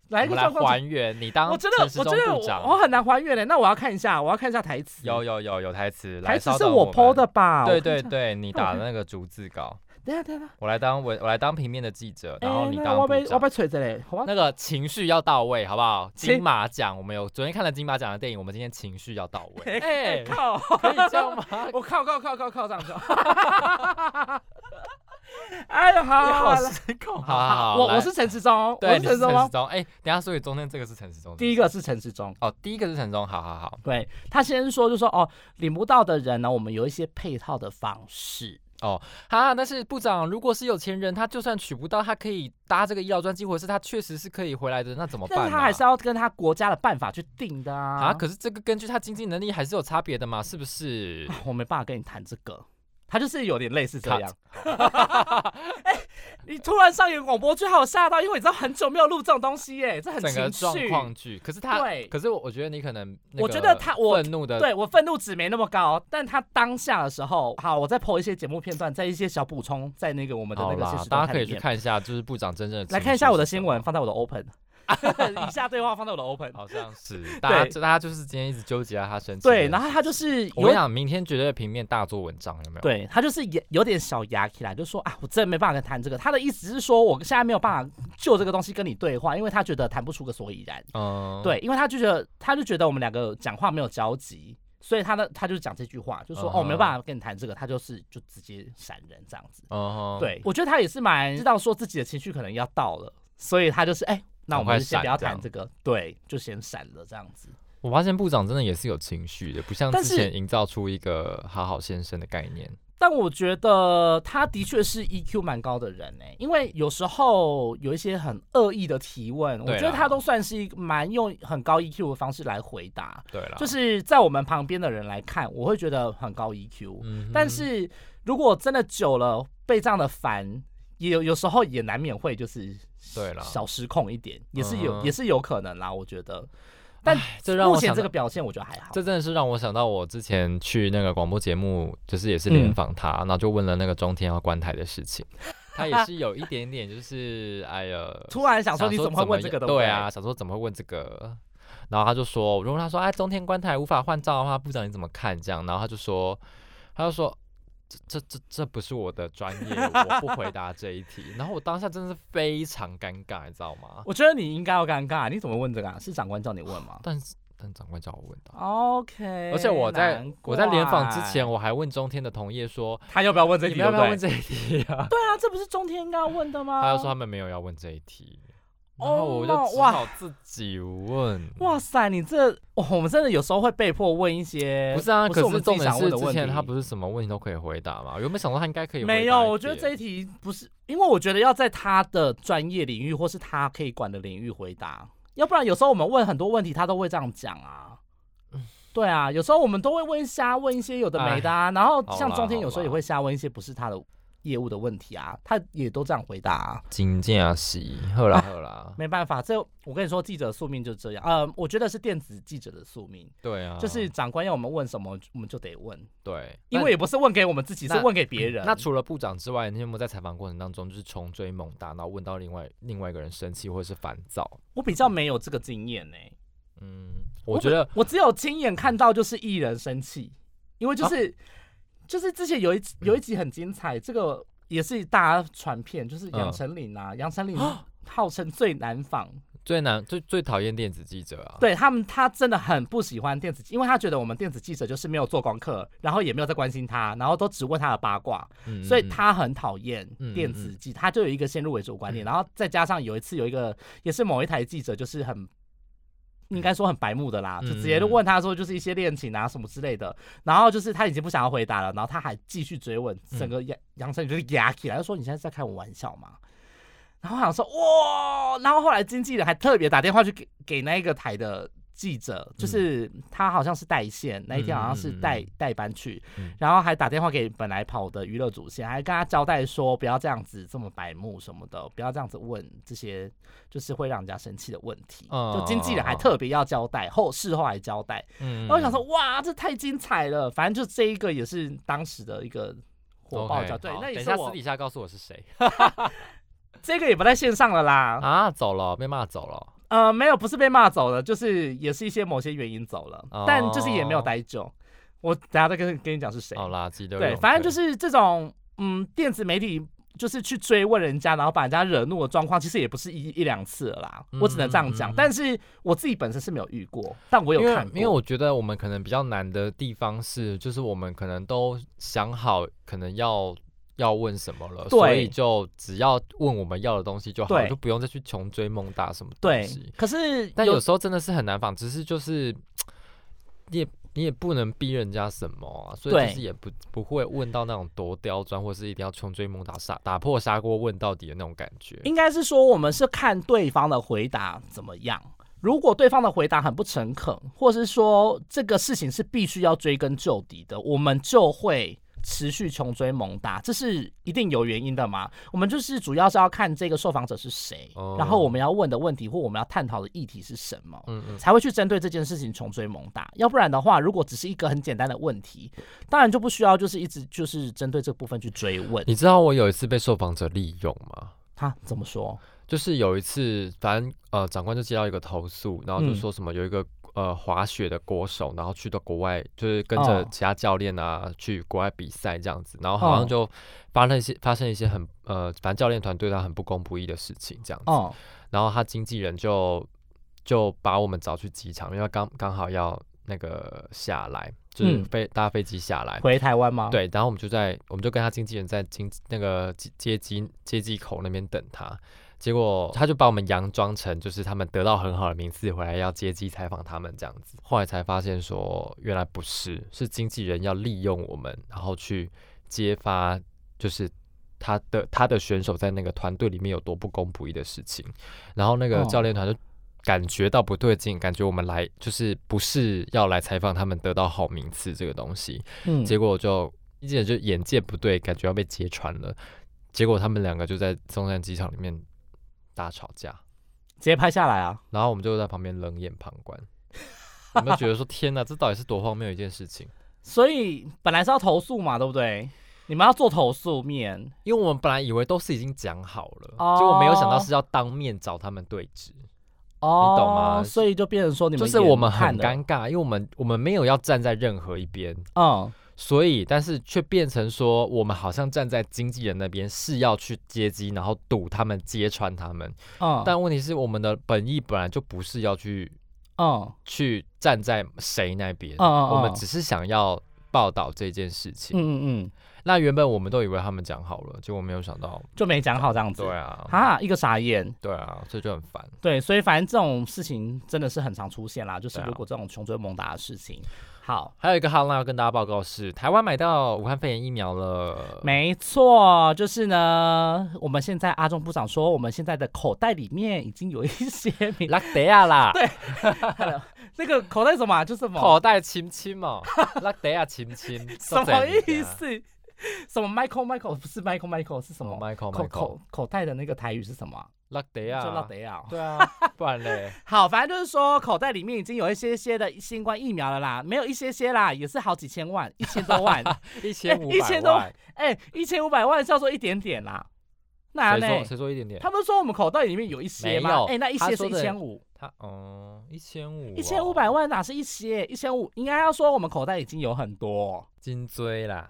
B: 来一个
A: 我
B: 状
A: 们来
B: 况，
A: 还原你当
B: 我真
A: 陈
B: 的
A: 时
B: 我
A: 中
B: 真的
A: 部长
B: 我我很难还原嘞，那我要看一下，我要看一下台词，
A: 有有有有台词，来
B: 台词
A: 稍
B: 是
A: 等
B: 我
A: 们
B: PO 的，吧？
A: 对
B: 我看一
A: 对
B: 下，
A: 对，你
B: 那我
A: 打
B: 看
A: 的那个逐字稿，
B: 等一下等一下，
A: 我来当我我来当平面的记者，然后
B: 哎
A: 你
B: 那
A: 当
B: 我
A: 部
B: 被我
A: 长。
B: 被锤着嘞，好吧？
A: 那个情绪要到位，好不好？
B: 情
A: 金马奖，我们有昨天看了金马奖的电影，我们今天情绪要到位。
B: 哎
A: 哎，
B: 靠！
A: 可以这样吗？
B: 我靠靠靠靠靠上去！ 哎呀， 好，
A: 你好
B: 了
A: 失控。好好好，
B: 我
A: 来
B: 我是陈时中哦，我
A: 对
B: 是
A: 你
B: 陈时中
A: 陈时
B: 哦。
A: 中。哎，等一下，所以中间这个是陈时中。
B: 第一个是陈时中，
A: 哦，第一个是陈时中，好好好。
B: 对他先说就说哦，领不到的人呢，我们有一些配套的方式。
A: 啊，但是部长，如果是有钱人，他就算取不到，他可以搭这个医疗专机，或者是他确实是可以回来的，那怎么办、
B: 但
A: 啊？
B: 是他还是要跟他国家的办法去定的啊。
A: 啊，可是这个根据他经济能力还是有差别的嘛，是不是？
B: 啊我没办法跟你谈这个，他就是有点类似这
A: Cut
B: 样。 哎，你突然上演广播剧，还有吓到，因为你知道很久没有录这种东西耶，这很
A: 整个
B: 情
A: 状
B: 绪。
A: 况剧，可是他，
B: 对，
A: 可是我我觉得你可能那个
B: 我觉得他我
A: 愤怒的
B: 对我愤怒值没那么高，但他当下的时候，好，我再抛一些节目片段，再一些小补充，在那个我们的
A: 好
B: 那个
A: 啦
B: 现实
A: 大
B: 动
A: 家
B: 态
A: 可以
B: 里
A: 去
B: 面。
A: 看一下，就是部长真正的
B: 来
A: 情
B: 看一
A: 绪
B: 下我
A: 是
B: 的
A: 什
B: 新
A: 么，
B: 闻，放在我 的 Open，以下对话放在我的 Open。
A: 好像 是大家大家就是今天一直纠结在他身上。
B: 对，然后他就是
A: 我跟你
B: 有，
A: 讲，明天绝对平面大做文章，有没有？
B: 对他就是也有点小牙起来，就说啊，我真的没办法跟他谈这个。他的意思是说，我现在没有办法就这个东西跟你对话，因为他觉得谈不出个所以然。
A: 嗯，
B: 对，因为他就觉得他就觉得我们两个讲话没有交集，所以他的他就讲这句话，就说、
A: 嗯
B: 哦，
A: 哼
B: 我没办法跟你谈这个，他就是就直接闪人这样子。
A: 嗯，嗯，
B: 对，我觉得他也是蛮知道说自己的情绪可能要到了，所以他就是哎、那我
A: 赶快
B: 们就先
A: 闪
B: 不要
A: 这样
B: 谈这个，对，就先闪了这样子。
A: 我发现部长真的也是有情绪的，不像
B: 但
A: 之
B: 是
A: 前营造出一个好好先生的概念。
B: 但我觉得他的确是 EQ 蛮高的人呢、欸因为有时候有一些很恶意的提问，我
A: 对
B: 觉得
A: 啦
B: 他都算是一个蛮用很高 EQ 的方式来回答，
A: 对啊啦，
B: 就是在我们旁边的人来看，我会觉得很高 EQ。
A: 嗯哼，
B: 但是如果真的久了被这样的烦，也有有时候也难免会就是
A: 对啦
B: 小失控一点，也是有、
A: 嗯哼
B: 也是有可能啦，我觉得。但
A: 这让
B: 目
A: 我
B: 前
A: 想
B: 这个
A: 到，
B: 表现，我觉得还好。
A: 这真的是让我想到我之前去那个广播节目，就是也是联
B: 嗯
A: 访他，然后就问了那个中天要关台的事 情，他也是有一点点就是哎呀，
B: 突然想说你怎么会问这个？
A: 的？
B: 不
A: 对啊，，想说怎么会问这个？然后他就说，如果他说哎，中天观台无法换照的话，部长你怎么看？这样，然后他就说，他就说。这这这这不是我的专业，我不回答这一题。然后我当下真的是非常尴尬，你知道吗？
B: 我觉得你应该要尴尬，你怎么问这个、啊？是长官叫你问吗
A: 但是但长官叫我问的，啊
B: ？OK。
A: 而且我在
B: 哎难
A: 我在联访之
B: 怪
A: 前，，我还问中天的同业说，
B: 他要不要问这
A: 你
B: 题？
A: 们要不要问
B: 对
A: 这一题啊？
B: 对啊，这不是中天应该要问的吗？
A: 他就说他们没有要问这一题。然后我就
B: Oh no，
A: 只
B: 哇
A: 好自己问。
B: 哇塞，你这、哦我们真的有时候会被迫问一些
A: 不是啊，可
B: 我们
A: 是
B: 自
A: 重
B: 己
A: 点
B: 想问
A: 是
B: 的
A: 之
B: 问题。
A: 前他不是什么问题都可以回答嘛？原本想说他应该可以回答
B: 没有，我觉得这一
A: 一点
B: 题不是，因为我觉得要在他的专业领域或是他可以管的领域回答，要不然有时候我们问很多问题，他都会这样讲啊。
A: 嗯
B: 对啊，有时候我们都会问瞎问一些有的没的啊，然后
A: 好
B: 像
A: 啦
B: 中天有时
A: 好
B: 候
A: 啦
B: 也会瞎问一些不是他的业务的问题啊，他也都这样回答、啊。
A: 金价是，好啦好啦，
B: 没办法，这我跟你说，记者的宿命就这样。呃，我觉得是电子记者的宿命，
A: 对啊，
B: 就是长官要我们问什么，我们就得问，
A: 对，
B: 因
A: 那
B: 为也不是问给我们自己，是
A: 那嗯
B: 问给别人。
A: 那除了部长之外，你有没有在采访过程当中就是穷追猛打，然后问到另外另外一个人生气或者是烦躁？
B: 我比较没有这个经验呢、
A: 嗯，我觉得
B: 本我只有亲眼看到就是艺人生气，因为就是、
A: 哦
B: 就是之前有一集有一集很精彩，这个也是大家传片，就是
A: 嗯
B: 杨丞琳啊，杨丞琳
A: 哦
B: 号称最难访，
A: 最难最最讨厌电子记者啊，
B: 对他们他真的很不喜欢电子，因为他觉得我们电子记者就是没有做功课，然后也没有在关心他，然后都只问他的八卦，
A: 嗯，
B: 所以
A: 嗯嗯
B: 他很讨厌电子记，他就有一个先入为主的观念，然后再加上有一次有一个也是某一台记者就是很。应该说很白目的
A: 嗯
B: 啦，就直接就问他说，就是一些恋情啊什么之类的，然后就是他已经不想要回答了，然后他还继续追问，整个杨杨丞琳就是压起来，就说你现在是在开我玩笑吗？然后我想说哇，然后后来经纪人还特别打电话去给给那一个台的记者，就是
A: 嗯
B: 他好像是带线、那一天好像是带
A: 嗯嗯
B: 代班去，
A: 嗯
B: 然后还打电话给本来跑的娱乐主线，还跟他交代说不要这样子这么白目什么的，不要这样子问这些就是会让人家生气的问题。
A: 嗯
B: 就经纪人还
A: 嗯嗯
B: 特别要交代，后事后还交代。
A: 嗯，
B: 然后我想说哇，这太精彩了，反正就这一个也是当时的一个。火爆
A: OK，
B: 角对
A: 好，
B: 那
A: 等
B: 也
A: 一
B: 是
A: 下私
B: 我
A: 底下告诉我是谁
B: 这个也不在线上了啦，
A: 啊？走了，被骂走了，
B: 呃，没有，不是被骂走了，就是也是一些某些原因走了，
A: 哦
B: 但就是也没有待久。我等下再跟跟你讲是谁。
A: 好垃圾的，
B: 对，反正就是这种，嗯，电子媒体就是去追问人家，然后把人家惹怒的状况，其实也不是一一两次了啦。我只能这样
A: 嗯
B: 讲，
A: 嗯嗯
B: 但是我自己本身是没有遇过，但我有
A: 因为
B: 看过。
A: 因为我觉得我们可能比较难的地方是，就是我们可能都想好可能要要问什么了，所
B: 对
A: 以就只要问我们要的东西就好，
B: 对
A: 就不用再去穷追猛打什么东
B: 对
A: 西。，
B: 可是
A: 但有时候真的是很难仿，只是就是你也你也不能逼人家什么啊，所以
B: 对
A: 就是也不不会问到那种多刁钻，或是一定要穷追猛打杀打破砂锅问到底的那种感觉。
B: 应该是说我们是看对方的回答怎么样。如果对方的回答很不诚恳，或是说这个事情是必须要追根究底的，我们就会持续穷追猛打，这是一定有原因的嘛。我们就是主要是要看这个受访者是谁，
A: 哦
B: 然后我们要问的问题或我们要探讨的议题是什么。
A: 嗯嗯，
B: 才会去针对这件事情穷追猛打。要不然的话，如果只是一个很简单的问题，当然就不需要就是一直就是针对这部分去追问。
A: 你知道我有一次被受访者利用吗？
B: 他怎么说？
A: 就是有一次，反正呃，长官就接到一个投诉，然后就
B: 嗯
A: 说什么有一个呃滑雪的国手，然后去到国外，就是跟着
B: 哦
A: 其他教练啊、去国外比赛这样子，然后好
B: 哦
A: 像就发生一些发生一些很呃，反正教练团对他很不公不义的事情这样子，
B: 哦，
A: 然后他经纪人就就把我们找去机场，因为刚刚好要那个下来，就是
B: 嗯
A: 飞、搭飞机下来，
B: 回台湾吗？。
A: 对，然后我们就在，我们就跟他经纪人在经那个接接机接机口那边等他，结果他就把我们佯装成就是他们得到很好的名次回来要接机采访他们这样子，后来才发现说原来不是，是经纪人要利用我们，然后去揭发就是他的他的选手在那个团队里面有多不公不义的事情，然后那个
B: 哦
A: 教练团就。感觉到不对劲，感觉我们来就是不是要来采访他们得到好名次这个东西，
B: 嗯
A: 结果就一进来就眼界不对，感觉要被揭穿了。结果他们两个就在松山机场里面大吵架，
B: 直接拍下来啊！
A: 然后我们就在旁边冷眼旁观。有没有觉得说天哪，这到底是多荒谬的一件事情？
B: 所以本来是要投诉嘛，对不对？你们要做投诉面，
A: 因为我们本来以为都是已经讲好了，
B: 哦
A: 结果没有想到是要当面找他们对质，
B: 哦
A: 懂吗
B: 所以就变成说你们
A: 就是我们
B: 眼看
A: 很
B: 的
A: 尴尬，因为我们我们没有要站在任何一边，
B: 嗯，
A: 所以但是却变成说我们好像站在经纪人那边是要去接机，然后堵他们揭穿他们，
B: 嗯，
A: 但问题是，我们的本意本来就不是要去
B: 嗯
A: 去站在谁那边，
B: 嗯嗯嗯
A: 我们只是想要报道这件事
B: 嗯
A: 情。
B: 嗯嗯，
A: 那原本我们都以为他们讲好了，结果没有想到，
B: 就没讲好这样子。
A: 对啊，
B: 啊，一个傻眼。
A: 对啊，所以就很烦。
B: 对，所以反正这种事情真的是很常出现啦，就是
A: 对啊
B: 如果这种穷追猛打的事情，好。
A: 还有一个哈拉要跟大家报告是，台湾买到武汉肺炎疫苗了，
B: 没错，就是呢，我们现在阿中部长说，我们现在的口袋里面已经有一些名，
A: 拉德亚 啦，
B: 那个口袋什么啊、就是什么
A: 口袋亲亲哦，拉德亚亲 亲，
B: 什么意思？什么 Michael Michael 不是 Michael Michael 是什么？
A: 哦？Michael
B: 口
A: Michael，
B: 口口袋的那个台语是什么啊？
A: 拉德
B: 就
A: 亚，
B: 拉德亚哦。
A: 对啊，不然嘞，
B: 好，反正就是说口袋里面已经有一些些的新冠疫苗了啦，没有一些些啦，也是好几千 万，一千多万，
A: 一千五
B: 一
A: 百
B: 千多
A: 万，
B: 哎、一千五百万叫做一点点啦。啊
A: 谁
B: 那呢？
A: 说谁说一点点？
B: 他们说我们口袋里面有一些
A: 没
B: 吗？
A: 有
B: 哎、那一
A: 他
B: 些是
A: 说
B: 一
A: 的
B: 千五，
A: 他嗯，一千五，哦
B: 一千五百，万哪是一些？一千五应该要说我们口袋已经有很多。
A: 金锥啦，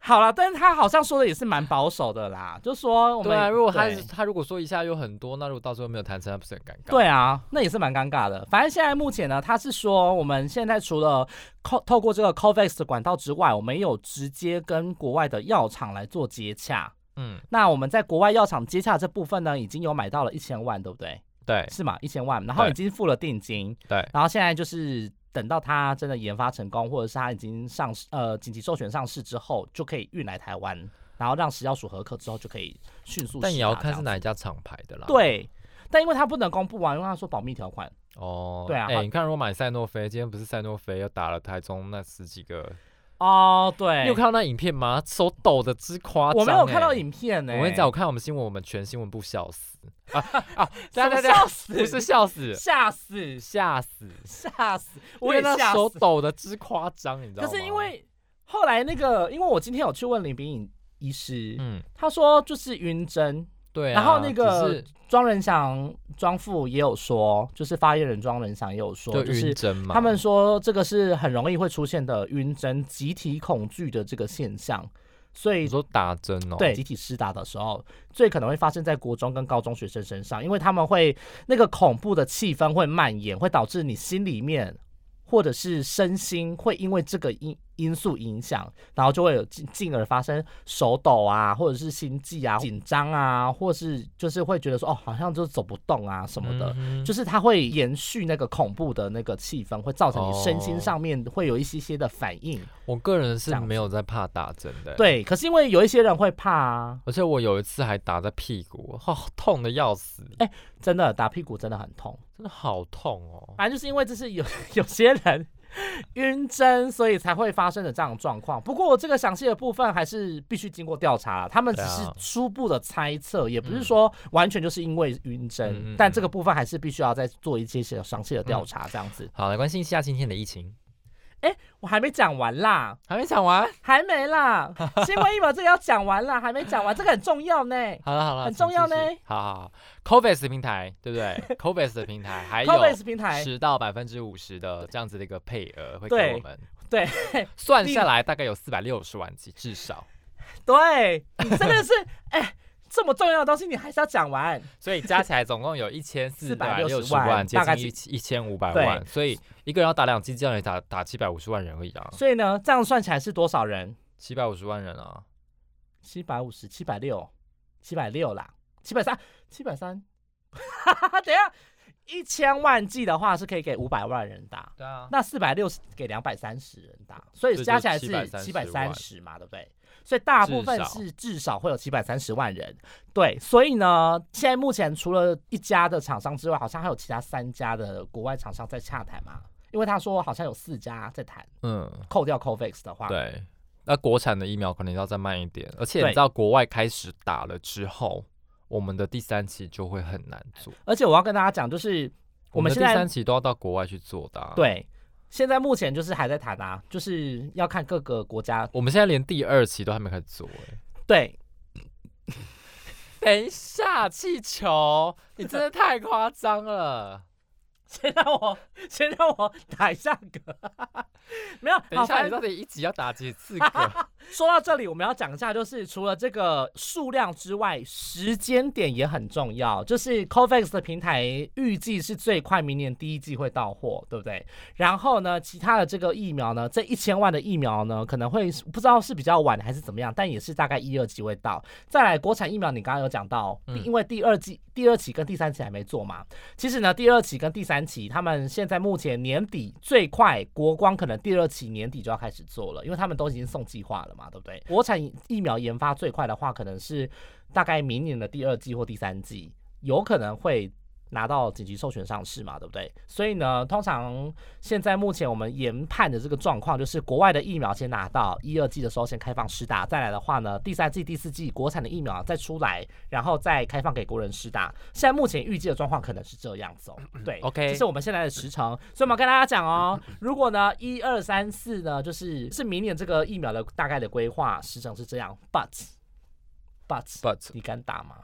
B: 好了，但是他好像说的也是蛮保守的啦，就说我们
A: 对啊，如果他
B: 对
A: 是他如果说一下有很多，那如果到最后没有谈成，那不是很尴尬？
B: 对啊，那也是蛮尴尬的。反正现在目前呢，他是说我们现在除了 co 透过这个 COVAX 的管道之外，我们也有直接跟国外的药厂来做接洽。
A: 嗯，
B: 那我们在国外药厂接洽这部分呢，已经有买到了一千万，对不对？
A: 对
B: 是吗？一千万，然后
A: 对
B: 已经付了定金，
A: 对，
B: 然后现在就是等到它真的研发成功，或者是它已经上市，呃紧急授权上市之后，就可以运来台湾，然后让食药署核可之后就可以迅速。
A: 但也要看是。啊哪一家厂牌的啦。
B: 对，但因为它不能公布啊，因为他说保密条款。
A: 哦，
B: 对啊
A: 哎、
B: 他
A: 你看，如果买赛诺菲，今天不是赛诺菲又打了台中那十几个，
B: 哦，对，
A: 你有看到那影片吗？手抖的之夸张、
B: 我没有看到
A: 哎
B: 影片欸呢、
A: 我跟你讲，我看我们新闻，我们全新闻部笑死 啊啊！
B: 什
A: 对
B: 么
A: 对对，
B: 笑死，
A: 不是笑 死，
B: 吓死，
A: 吓死！
B: 吓死，
A: 因
B: 我
A: 为
B: 也
A: 那
B: 吓
A: 手
B: 死。
A: 抖的之夸张，你知道
B: 可
A: 吗？
B: 是因为后来那个，因为我今天有去问林炳颖医师，
A: 嗯，
B: 他说就是晕针，
A: 对啊、
B: 然后那个
A: 只是
B: 庄仁祥、庄富也有说，就是发言人庄仁祥也有说，就
A: 就是晕针嘛，
B: 他们说这个是很容易会出现的晕针、集体恐惧的这个现象，所以
A: 你说打针哦，
B: 对集体施打的时候，最可能会发生在国中跟高中学生身上，因为他们会那个恐怖的气氛会蔓延，会导致你心里面或者是身心会因为这个因因素影响，然后就会有进进而发生手抖啊，或者是心悸啊、紧张啊，或是就是会觉得说哦，好像就走不动啊什么的。
A: 嗯哼
B: 就是它会延续那个恐怖的那个气氛，会造成你身心
A: 哦
B: 上面会有一些些的反应。
A: 我个人是
B: 这样子
A: 没有在怕打针的、。欸
B: 对，可是因为有一些人会怕啊，
A: 而且我有一次还打在屁 股，哦，痛的要死，
B: 真的打屁股真的很痛。
A: 真的好痛哦。
B: 反正就是因为这是有 有些人晕针，所以才会发生的这样的状况。不过这个详细的部分还是必须经过调查啦，他们只
A: 对啊嗯
B: 是初步的猜测，也不是说完全就是因为晕针，
A: 嗯嗯嗯嗯
B: 但这个部分还是必须要再做一些些详细的调查。这样子，
A: 好，来关心一下今天的疫情，
B: 我还没讲完啦，
A: 还没讲完。
B: 还没啦，新冠疫苗这个要讲完啦，还没讲完，这个很重要呢。
A: 好了好了，
B: 很
A: 请
B: 重要
A: 继续
B: 呢。
A: 好好好 c o v a x 平台对不 对 c o v a x 的平台还
B: c o v a
A: 有
B: x 平台
A: 十到百分之五十的这样子的一个配额会
B: 对
A: 给我们。
B: 对，
A: 算下来大概有四百六十万剂至少。
B: 对你真的是哎、这么重要的东西你还是要讲完。
A: 所以加起来总共有一千四百六
B: 460
A: 十
B: 万
A: 万，接
B: 大概
A: 近一一千五百万，所以一个人要打两剂，这样也打打七百五十万人而已啊，
B: 所以呢，这样算起来是多少人？
A: 七百五十万人啊，
B: 七百五十、七百六、七百六啦，七百三、七百三。等一下，一千万剂的话是可以给五百万人打，
A: 对啊，
B: 那四百六十给两百三十人打，所以
A: 这就
B: 加起来是七
A: 730
B: 百
A: 万
B: 三十嘛，对不对？所以大部分
A: 至少
B: 是至少会有七百三十万人，对。所以呢，现在目前除了一家的厂商之外，好像还有其他三家的国外厂商在洽谈嘛，因为他说好像有四家在谈，
A: 嗯，
B: 扣掉 COVAX 的话，
A: 对。那国产的疫苗可能要再慢一点，而且
B: 对
A: 你知道国外开始打了之后，我们的第三期就会很难做。
B: 而且我要跟大家讲，就是我
A: 我
B: 们
A: 们的
B: 现
A: 第
B: 在
A: 三期都要到国外去做的、啊。，
B: 对，现在目前就是还在谈啊，就是要看各个国家。
A: 我们现在连第二期都还没开始做、 欸。
B: 对，
A: 等一下，气球，你真的太夸张了。
B: 先让我先让我打一下嗝， 没有，
A: 等一
B: 好
A: 下，
B: 反
A: 你
B: 正
A: 到底一集要打几次嗝？
B: 说到这里，我们要讲一下，就是除了这个数量之外，时间点也很重要。就是 Covax 的平台预计是最快明年第一季会到货，对不对？然后呢，其他的这个疫苗呢，这一千万的疫苗呢，可能会不知道是比较晚还是怎么样，但也是大概一二季会到。再来，国产疫苗你刚刚有讲到，
A: 嗯
B: 因为第二季、第二期跟第三期还没做嘛，其实呢，第二期跟第三期，他们现在目前年底最快，国光可能第二期年底就要开始做了，因为他们都已经送计划了嘛，对不对？国产疫苗研发最快的话，可能是大概明年的第二季或第三季，有可能会。拿到紧急授权上市嘛，对不对？所以呢，通常现在目前我们研判的这个状况，就是国外的疫苗先拿到一二季的时候先开放施打，再来的话呢，第三季、第四季国产的疫苗再出来，然后再开放给国人施打。现在目前预计的状况可能是这样子哦。对
A: OK
B: 这是我们现在的时程。所以我们要跟大家讲哦，如果呢一二三四呢，就是是明年这个疫苗的大概的规划时程是这样，but but
A: But
B: 你敢打吗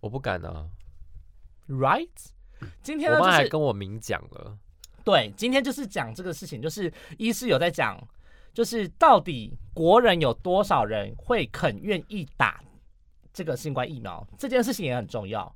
A: 我不敢啊，
B: ？Right？今天
A: 我
B: 呢就
A: 妈还
B: 是
A: 跟我明讲了，
B: 对，今天就是讲这个事情，就是医师有在讲，就是到底国人有多少人会肯愿意打这个新冠疫苗，这件事情也很重要。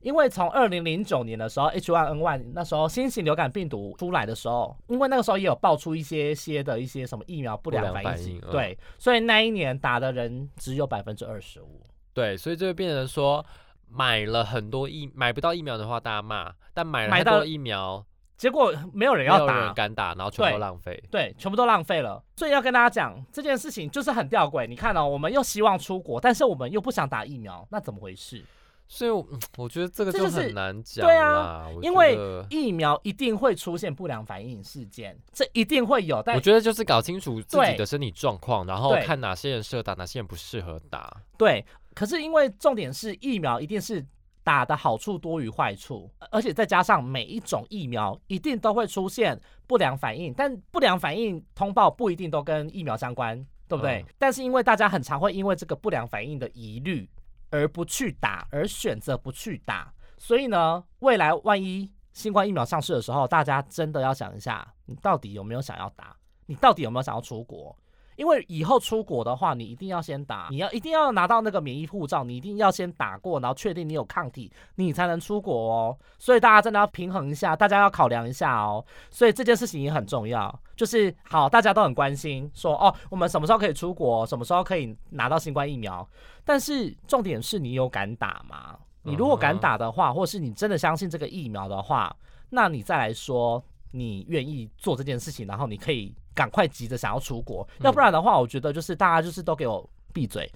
B: 因为从二零零九年的时候，H1N1 那时候新型流感病毒出来的时候，因为那个时候也有爆出一些些的一些什么疫苗不良
A: 不良
B: 反
A: 反
B: 应性
A: 应嗯
B: 对，所以那一年打的人只有百分之二十五。
A: 对，所以就会变成说，买了很多疫，买不到疫苗的话大家骂，但买了
B: 买
A: 太
B: 到
A: 多疫苗，
B: 结果没有人
A: 没
B: 要
A: 有
B: 打，
A: 人敢打，然后全部
B: 对
A: 都浪费。
B: 对，全部都浪费了。所以要跟大家讲这件事情就是很吊诡。你看哦，我们又希望出国，但是我们又不想打疫苗，那怎么回事？
A: 所以我，嗯我觉得这个
B: 这
A: 就
B: 就是
A: 很难讲
B: 对啊
A: 啦。我
B: 因
A: 觉
B: 为
A: 得
B: 疫苗一定会出现不良反应事件，这一定会有。但
A: 我觉得就是搞清楚自
B: 对
A: 己的身体状况，然后
B: 对
A: 看哪些人适合打，哪些人不适合打。
B: 对，可是因为重点是疫苗一定是打的好处多于坏处，而且再加上每一种疫苗一定都会出现不良反应，但不良反应通报不一定都跟疫苗相关，对不对？
A: 嗯
B: 但是因为大家很常会因为这个不良反应的疑虑而不去打，而选择不去打，所以呢，未来万一新冠疫苗上市的时候，大家真的要想一下，你到底有没有想要打？你到底有没有想要出国？因为以后出国的话，你一定要先打，你要一定要拿到那个免疫护照，你一定要先打过，然后确定你有抗体，你才能出国哦。所以大家真的要平衡一下，大家要考量一下哦。所以这件事情也很重要，就是好，大家都很关心，说哦，我们什么时候可以出国，什么时候可以拿到新冠疫苗？但是重点是你有敢打吗？你如果敢打的话，或是你真的相信这个疫苗的话，那你再来说，你愿意做这件事情，然后你可以赶快急着想要出国，要不然的话，我觉得就是大家就是都给我闭 嘴，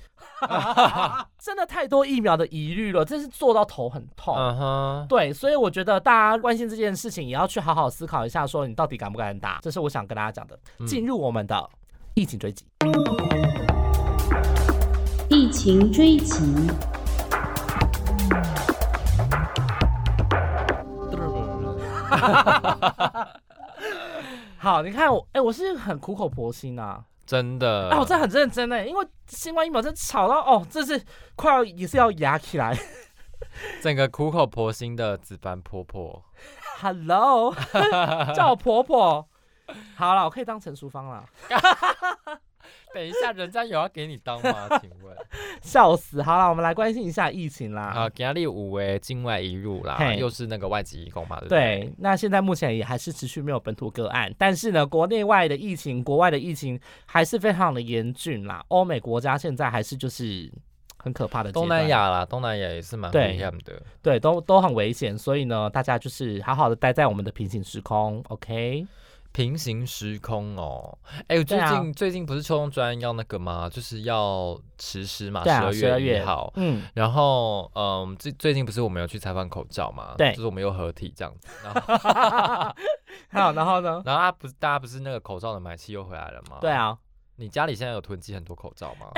B: 真的太多疫苗的疑虑了，真是做到头很痛。
A: 嗯哼，
B: 对，所以我觉得大家关心这件事情，也要去好好思考一下，说你到底敢不敢打，这是我想跟大家讲的。
A: 嗯
B: 进入我们的疫情追击。
C: 疫情追击，
B: 好，你看我，哎、我是很苦口婆心啊，
A: 真的。
B: 啊，我真的很认真呢，因为新冠疫苗真的吵到哦，这是快要也是要压起来。
A: 整个苦口婆心的紫斑婆婆，
B: Hello，叫我婆婆。好了，我可以当陈淑芳了，
A: 等一下人家有要给你当吗？请问？
B: 笑死。好了，我们来关心一下疫情啦。
A: 啊，给他立五为境外移入啦，
B: 嘿
A: 又是那个外籍移工嘛，对不对？
B: 对，那现在目前也还是持续没有本土个案，但是呢，国内外的疫情、国外的疫情还是非常的严峻啦。欧美国家现在还是就是很可怕的阶
A: 东
B: 段，
A: 南亚啦，东南亚也是蛮
B: 对
A: 危险的。
B: 对都都很危险，所以呢，大家就是好好的待在我们的平行时空，OK？
A: 平行时空哦，哎、最
B: 对
A: 近、
B: 啊
A: 最近不是秋冬专要那个吗？就是要实施嘛，
B: 对啊
A: 十二、
B: 12月
A: 一号。
B: 嗯，
A: 然后，嗯，最最近不是我们有去采访口罩嘛？
B: 对
A: 就是我们又合体这样子。然后，
B: 好，然 后呢？
A: 然后啊，不是大家不是那个口罩的买气又回来了吗？
B: 对，啊，
A: 你家里现在有囤积很多口罩 吗？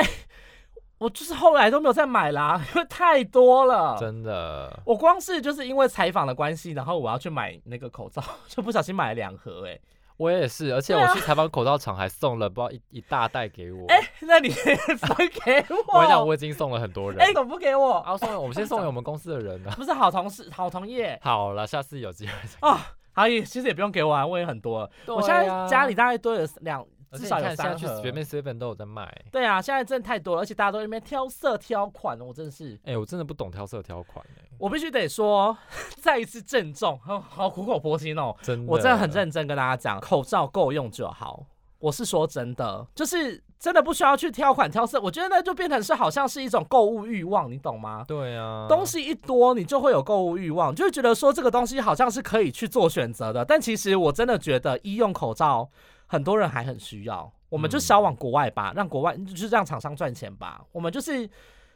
B: 我就是后来都没有再买啦，因为太多了。
A: 真的，
B: 我光是就是因为采访的关系，然后我要去买那个口罩，就不小心买了两盒、哎，
A: 我也是，而且
B: 对
A: 我
B: 啊
A: 去采访口罩厂还送了不知道一一大袋给我。
B: 哎、那你 分给我，
A: 我跟你讲，我已经送了很多人。
B: 哎、怎么不给我？
A: 啊，送给我们先送给我们公司的人呢、
B: 不是好同事、好同业
A: 好了，下次有机会再。
B: 哦。好，也其实也不用给我啊，我也很多了。
A: 对啊
B: 我现在
A: 呀
B: 家里大概堆了两，
A: 而
B: 至
A: 且
B: 少
A: 你
B: 有
A: 看现在
B: 三
A: 去
B: 盒。
A: 随便 seven 都有在卖。
B: 对啊，现在真的太多了，而且大家都在那边挑色挑款，哦我真的是，
A: 哎、我真的不懂挑色挑款、欸，
B: 我必须得说， 再一次郑重， 好好苦口婆心哦。
A: 真的，
B: 我真的很认真跟大家讲，口罩够用就好。我是说真的，就是真的不需要去挑款挑色，我觉得那就变成是好像是一种购物欲望，你懂吗？
A: 对啊，
B: 东西一多，你就会有购物欲望，就会觉得说这个东西好像是可以去做选择的。但其实我真的觉得医用口罩，很多人还很需要。我们就
A: 嗯
B: 销往国外吧，让国外就是让厂商赚钱吧。我们就是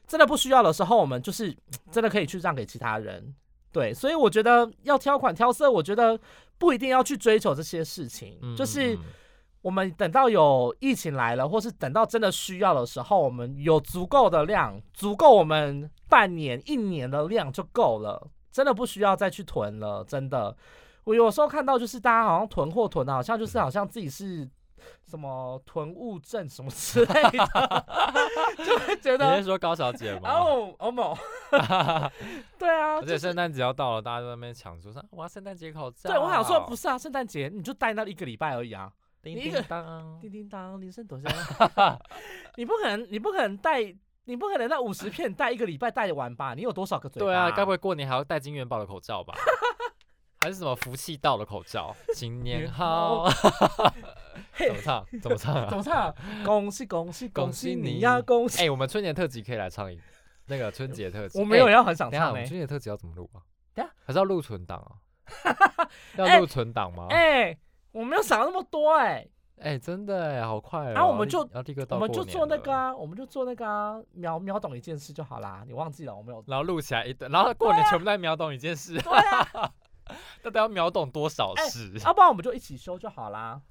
B: 真的不需要的时候，我们就是嗯真的可以去让给其他人。对，所以我觉得要挑款挑色，我觉得不一定要去追求这些事情，
A: 嗯
B: 就
A: 嗯
B: 是。
A: 嗯
B: 我们等到有疫情来了，或是等到真的需要的时候，我们有足够的量，足够我们半年、一年的量就够了，真的不需要再去囤了。真的，我有时候看到就是大家好像囤货囤的，好像就是好像自己是什么囤物症什么之类 的，就会觉
A: 你是
B: 得
A: 说高小姐吗？
B: 哦哦某， 对啊，
A: 而
B: 就
A: 且
B: 是
A: 圣诞节要到了，大家都在那边抢说，我要圣诞节口罩。
B: 对我想说不是啊，圣诞节你就待那一个礼拜而已啊。
A: 叮
B: 你一
A: 叮
B: 个
A: 当，
B: 叮叮当，铃声多响。你不可能，你不可能带，你不可能那五十片带一个礼拜带完吧？你有多少个嘴
A: 啊
B: 巴、
A: 对啊，该 不会过年还要戴金元宝的口罩吧？还是什么福气到的口 罩？新年好，怎么唱？怎么唱
B: 怎
A: 啊？
B: 么唱？恭喜恭喜
A: 恭
B: 恭喜
A: 喜
B: 你
A: 你
B: 呀！恭喜！
A: 哎，我们春节特辑可以来唱一那个春节特辑。
B: 我没有
A: 哎
B: 要很想
A: 等一下，
B: 唱
A: 我
B: 哎、
A: 们春节特辑要怎么录啊？
B: 等一下
A: 还是要录存档 啊？
B: 哎
A: 要录存档吗？
B: 哎、我没有想那么多哎、
A: 哎，真的哎，好快哦！
B: 啊我们
A: 立
B: 就
A: 要立刻
B: 我
A: 到
B: 们
A: 过
B: 就
A: 年
B: 做那
A: 了
B: 个啊，我们就做那个啊，秒秒懂一件事就好啦。你忘记了我没有？
A: 然后录起来一段，然后过年全部在秒懂一件事，
B: 啊对啊，
A: 到底要秒懂多少
B: 哎
A: 事？
B: 要不然我们就一起修就好啦。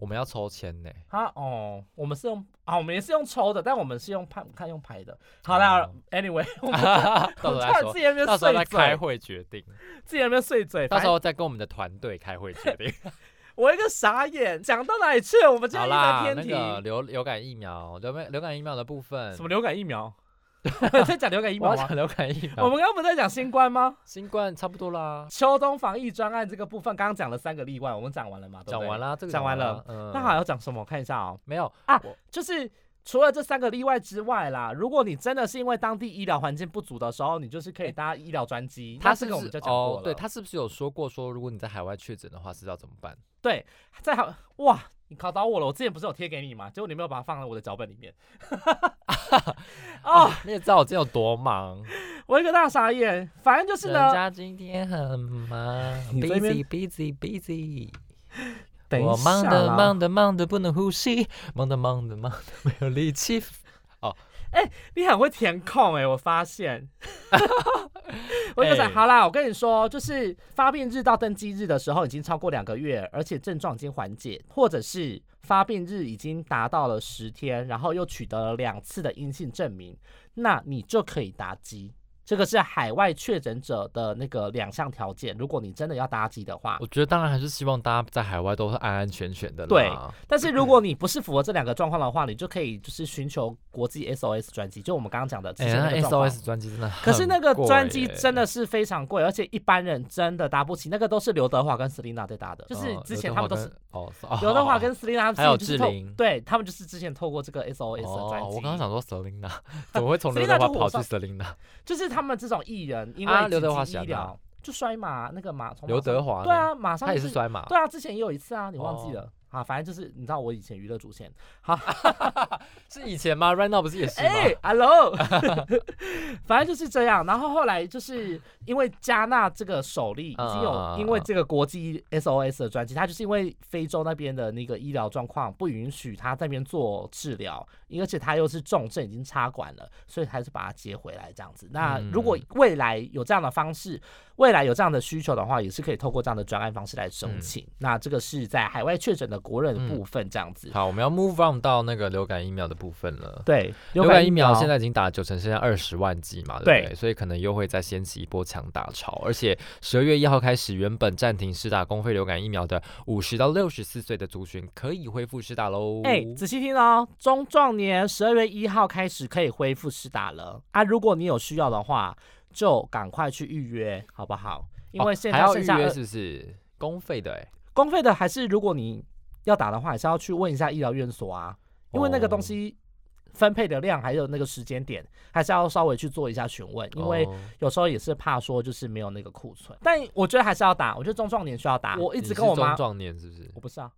A: 我们要抽签呢。
B: 啊哦，我们是用啊，我们也是用抽的，但我们是用判看用排的。好啦、
A: 哦
B: a n y w a y 我们
A: 到时候
B: 我突
A: 再
B: 然
A: 说
B: 自，己在那边
A: 到时候
B: 碎
A: 再开
B: 嘴，
A: 会决定，
B: 自己在那边碎嘴。
A: 到
B: 反
A: 时
B: 正
A: 候再跟我们的团队开会决定。
B: 我一个傻眼，讲到哪里去了？我们今
A: 好
B: 天一
A: 啦，
B: 直在
A: 那
B: 偏题，
A: 个嗯流流感疫苗，流感流感疫苗的部分，
B: 什么流感 疫苗？在讲流感疫
A: 我
B: 苗
A: 要
B: 吗
A: 讲？流感疫苗，
B: 我们刚刚不是在讲新冠吗？
A: 新冠差不多啦，
B: 秋冬防疫专案这个部分，刚刚讲了三个例外，我们讲完了嘛？对不对
A: 讲完。啦，这个
B: 讲完
A: 啦，嗯
B: 那还要讲什么？我看一下哦，
A: 没有？
B: 就是除了这三个例外之外啦，如果你真的是因为当地医疗环境不足的时候，你就是可以搭医疗专机。那
A: 他
B: 这
A: 哎是
B: 个
A: 不
B: 我们
A: 是
B: 就讲过
A: 哦
B: 了。，
A: 对他是不是有说过说，如果你在海外确诊的话，是要怎么办？
B: 对，再好哇，你考倒我了。我之前不是有贴给你吗？结果你没有把它放在我的脚本里面。哦，
A: 你也知道我今天有多忙，
B: 我一个大傻眼。反正就是
A: 人
B: 呢，
A: 家今天很忙
B: 你这边
A: ，busy busy busy。
B: 等
A: 我
B: 一
A: 忙
B: 下
A: 的
B: 啦
A: 忙的忙的不能呼吸，忙的忙的忙的没有力气。
B: 你很会填空哎、我 发现。我就想，
A: 哎
B: 好啦，我跟你说，就是发病日到登记日的时候已经超过两个月，而且症状已经缓解，或者是发病日已经达到了十天，然后又取得了两次的阴性证明，那你就可以搭机。这个是海外确诊者的那个两项条件，如果你真的要搭机的话
A: 我，觉得当然还是希望大家在海外都是安安全全的啦。哎
B: 对但是如果你不是符合这两个状况的话，你就可以就是寻求国际 SOS 专机，就我们刚刚讲的之
A: 哎、
B: 前那个
A: 那
B: 状况。
A: SOS 专辑真的很
B: 可是那个
A: 贵
B: 专辑
A: 耶
B: 真的是非常贵，而且一般人真的搭不起。那个都是刘德华跟 Selina 在搭的，就是
A: 哦
B: 之前他们都
A: 刘
B: 是
A: 德华跟哦，
B: 刘德华
A: 哦
B: 跟 Selina
A: 还有
B: 自
A: 志
B: 己就是透
A: 玲
B: 对他们就是之前透过这个 SOS 的专
A: 哦，
B: 辑。
A: 我刚刚想说 Selina，怎么会从
B: Selena
A: 刘德华
B: 就火
A: 跑去
B: 上
A: Selina？
B: 就是他们这种艺人，因
A: 啊
B: 为
A: 刘德华
B: 紧急
A: 喜
B: 医
A: 欢
B: 疗、
A: 哪
B: 就摔马那个马从马
A: 刘德
B: 上
A: 华
B: 对
A: 呢，
B: 啊，马上
A: 他也
B: 就是
A: 摔马，
B: 对啊，之前也有一次啊，你忘记
A: 哦
B: 了、啊？反正就是你知道我以前娱乐主线，
A: 是以前吗？Right now 不是也是吗？
B: 哎、h e l l o 反正就是这样。然后后来就是因为加纳这个首例已经有
A: 嗯嗯，嗯
B: 因为这个国际 SOS 的专辑，它就是因为非洲那边的那个医疗状况不允许他在那边做治疗，而且他又是重症，已经插管了，所以还是把他接回来这样子。那
A: 嗯
B: 如果未来有这样的方式，未来有这样的需求的话，也是可以透过这样的专案方式来申请。
A: 嗯
B: 那这个是在海外确诊的国人的部分这样子。
A: 好，我们要 move on 到那个流感疫苗的部分了。
B: 对，
A: 流感疫苗
B: 苗
A: 现在已经打了九成，现在二十万剂嘛，对不
B: 对
A: 对？所以可能又会再掀起一波强打潮。而且十二月一号开始，原本暂停施打公费流感疫苗的五十到六十四岁的族群可以恢复施打喽。
B: 哎、仔细听哦，中壮年十二月一号开始可以恢复施打了啊！如果你有需要的话，就赶快去预约，好不好？因为
A: 哦
B: 现
A: 还
B: 在
A: 要
B: 剩
A: 预
B: 下
A: 约
B: 二
A: 是不是？公费的哎、
B: 公费的还是如果你要打的话，还是要去问一下医疗院所啊，因为那个东
A: 哦
B: 西分配的量还有那个时间点，还是要稍微去做一下询问，因为
A: 哦
B: 有时候也是怕说就是没有那个库存。但我觉得还是要打，我觉得中壮年需要打。我一直
A: 你
B: 跟
A: 是
B: 我妈
A: 中，壮年是不是？
B: 我不 是啊，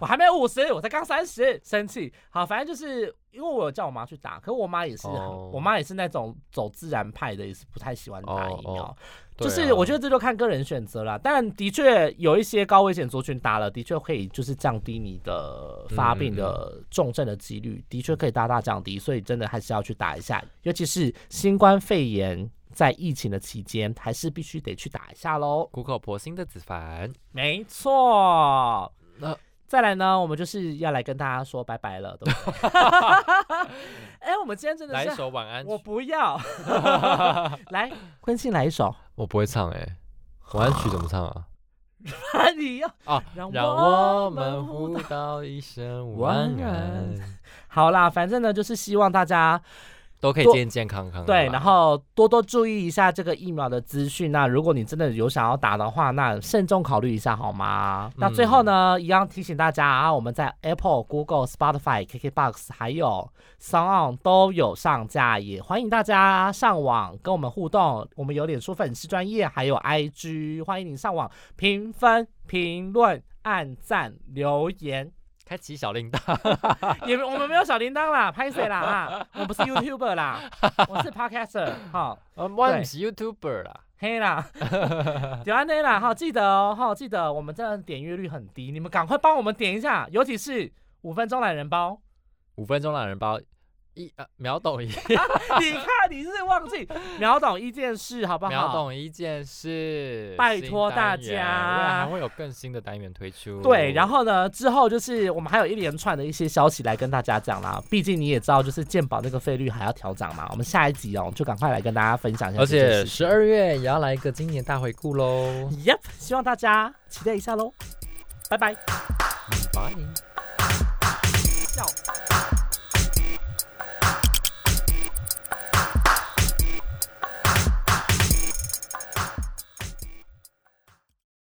B: 我还没有五十，我才刚三十，生气。好，反正就是因为我有叫我妈去打，可是我妈也是很，
A: 哦
B: 我妈也是那种走自然派的，也是不太喜欢打
A: 哦
B: 疫苗。
A: 哦
B: 就
A: 对
B: 是
A: 啊
B: 我觉得这就看个人选择啦，但的确有一些高危险族群打了，的确可以就是降低你的发病
A: 嗯
B: 的重症的几率，的确可以大大降低，所以真的还是要去打一下，尤其是新冠肺炎在疫情的期间，还是必须得去打一下喽。
A: 苦口婆心的子凡，
B: 没错，
A: 那
B: 再来呢，我们就是要来跟大家说拜拜了， 对不对？哎、我们今天真的
A: 来一
B: 是，
A: 首晚安曲。
B: 我不 要，来，昆庆来一首，
A: 我不会唱哎、晚安曲怎么唱 啊？
B: 你要。
A: 啊，
B: 让
A: 让
B: 我
A: 我
B: 们
A: 们
B: 互
A: 互道一声
B: 晚
A: 晚
B: 安
A: 安，
B: 好啦，反正呢，就是希望大家
A: 都可以
B: 多
A: 健健康康的
B: 对，
A: 啦
B: 然后多多注意一下这个疫苗的资讯。那如果你真的有想要打的话，那慎重考虑一下好吗？那最后呢，一样提醒大家啊，我们在 Apple、Google、Spotify、KKBox 还有 Sound On 都有上架，也欢迎大家上网跟我们互动。我们有脸书粉丝专业，还有 IG，欢迎你上网评分、评论、按赞、留言。
A: 开启小 铃铛。
B: 也没我们没有小铃铛啦，拍谁啦啊？我不是 YouTuber 啦，我是 Podcaster 哈，
A: 呃，我也不是 YouTuber 啦，
B: 嘿啦，就安内啦哈，记得哦哈，记得我们这样点阅率很低，你们赶快帮我们点一下，尤其是五分钟懒 人包，
A: 五分钟懒人包，一呃秒 懂一
B: 你看你是忘记秒懂一件事好不
A: 秒
B: 好？
A: 懂一件事，
B: 拜
A: 新
B: 托大
A: 单元
B: 家
A: 未来还会有更新的单元推出。
B: 对，然后呢？之后就是我们还有一连串的一些消息来跟大家讲啦。毕竟你也知道，就是健保那个费率还要调整嘛。我们下一集哦，就赶快来跟大家分享一下
A: 而
B: 这件事情。
A: 且十二月也要来一个今年大回顾喽，
B: Yep，希望大家期待一下喽，拜拜。
A: 拜。
B: 笑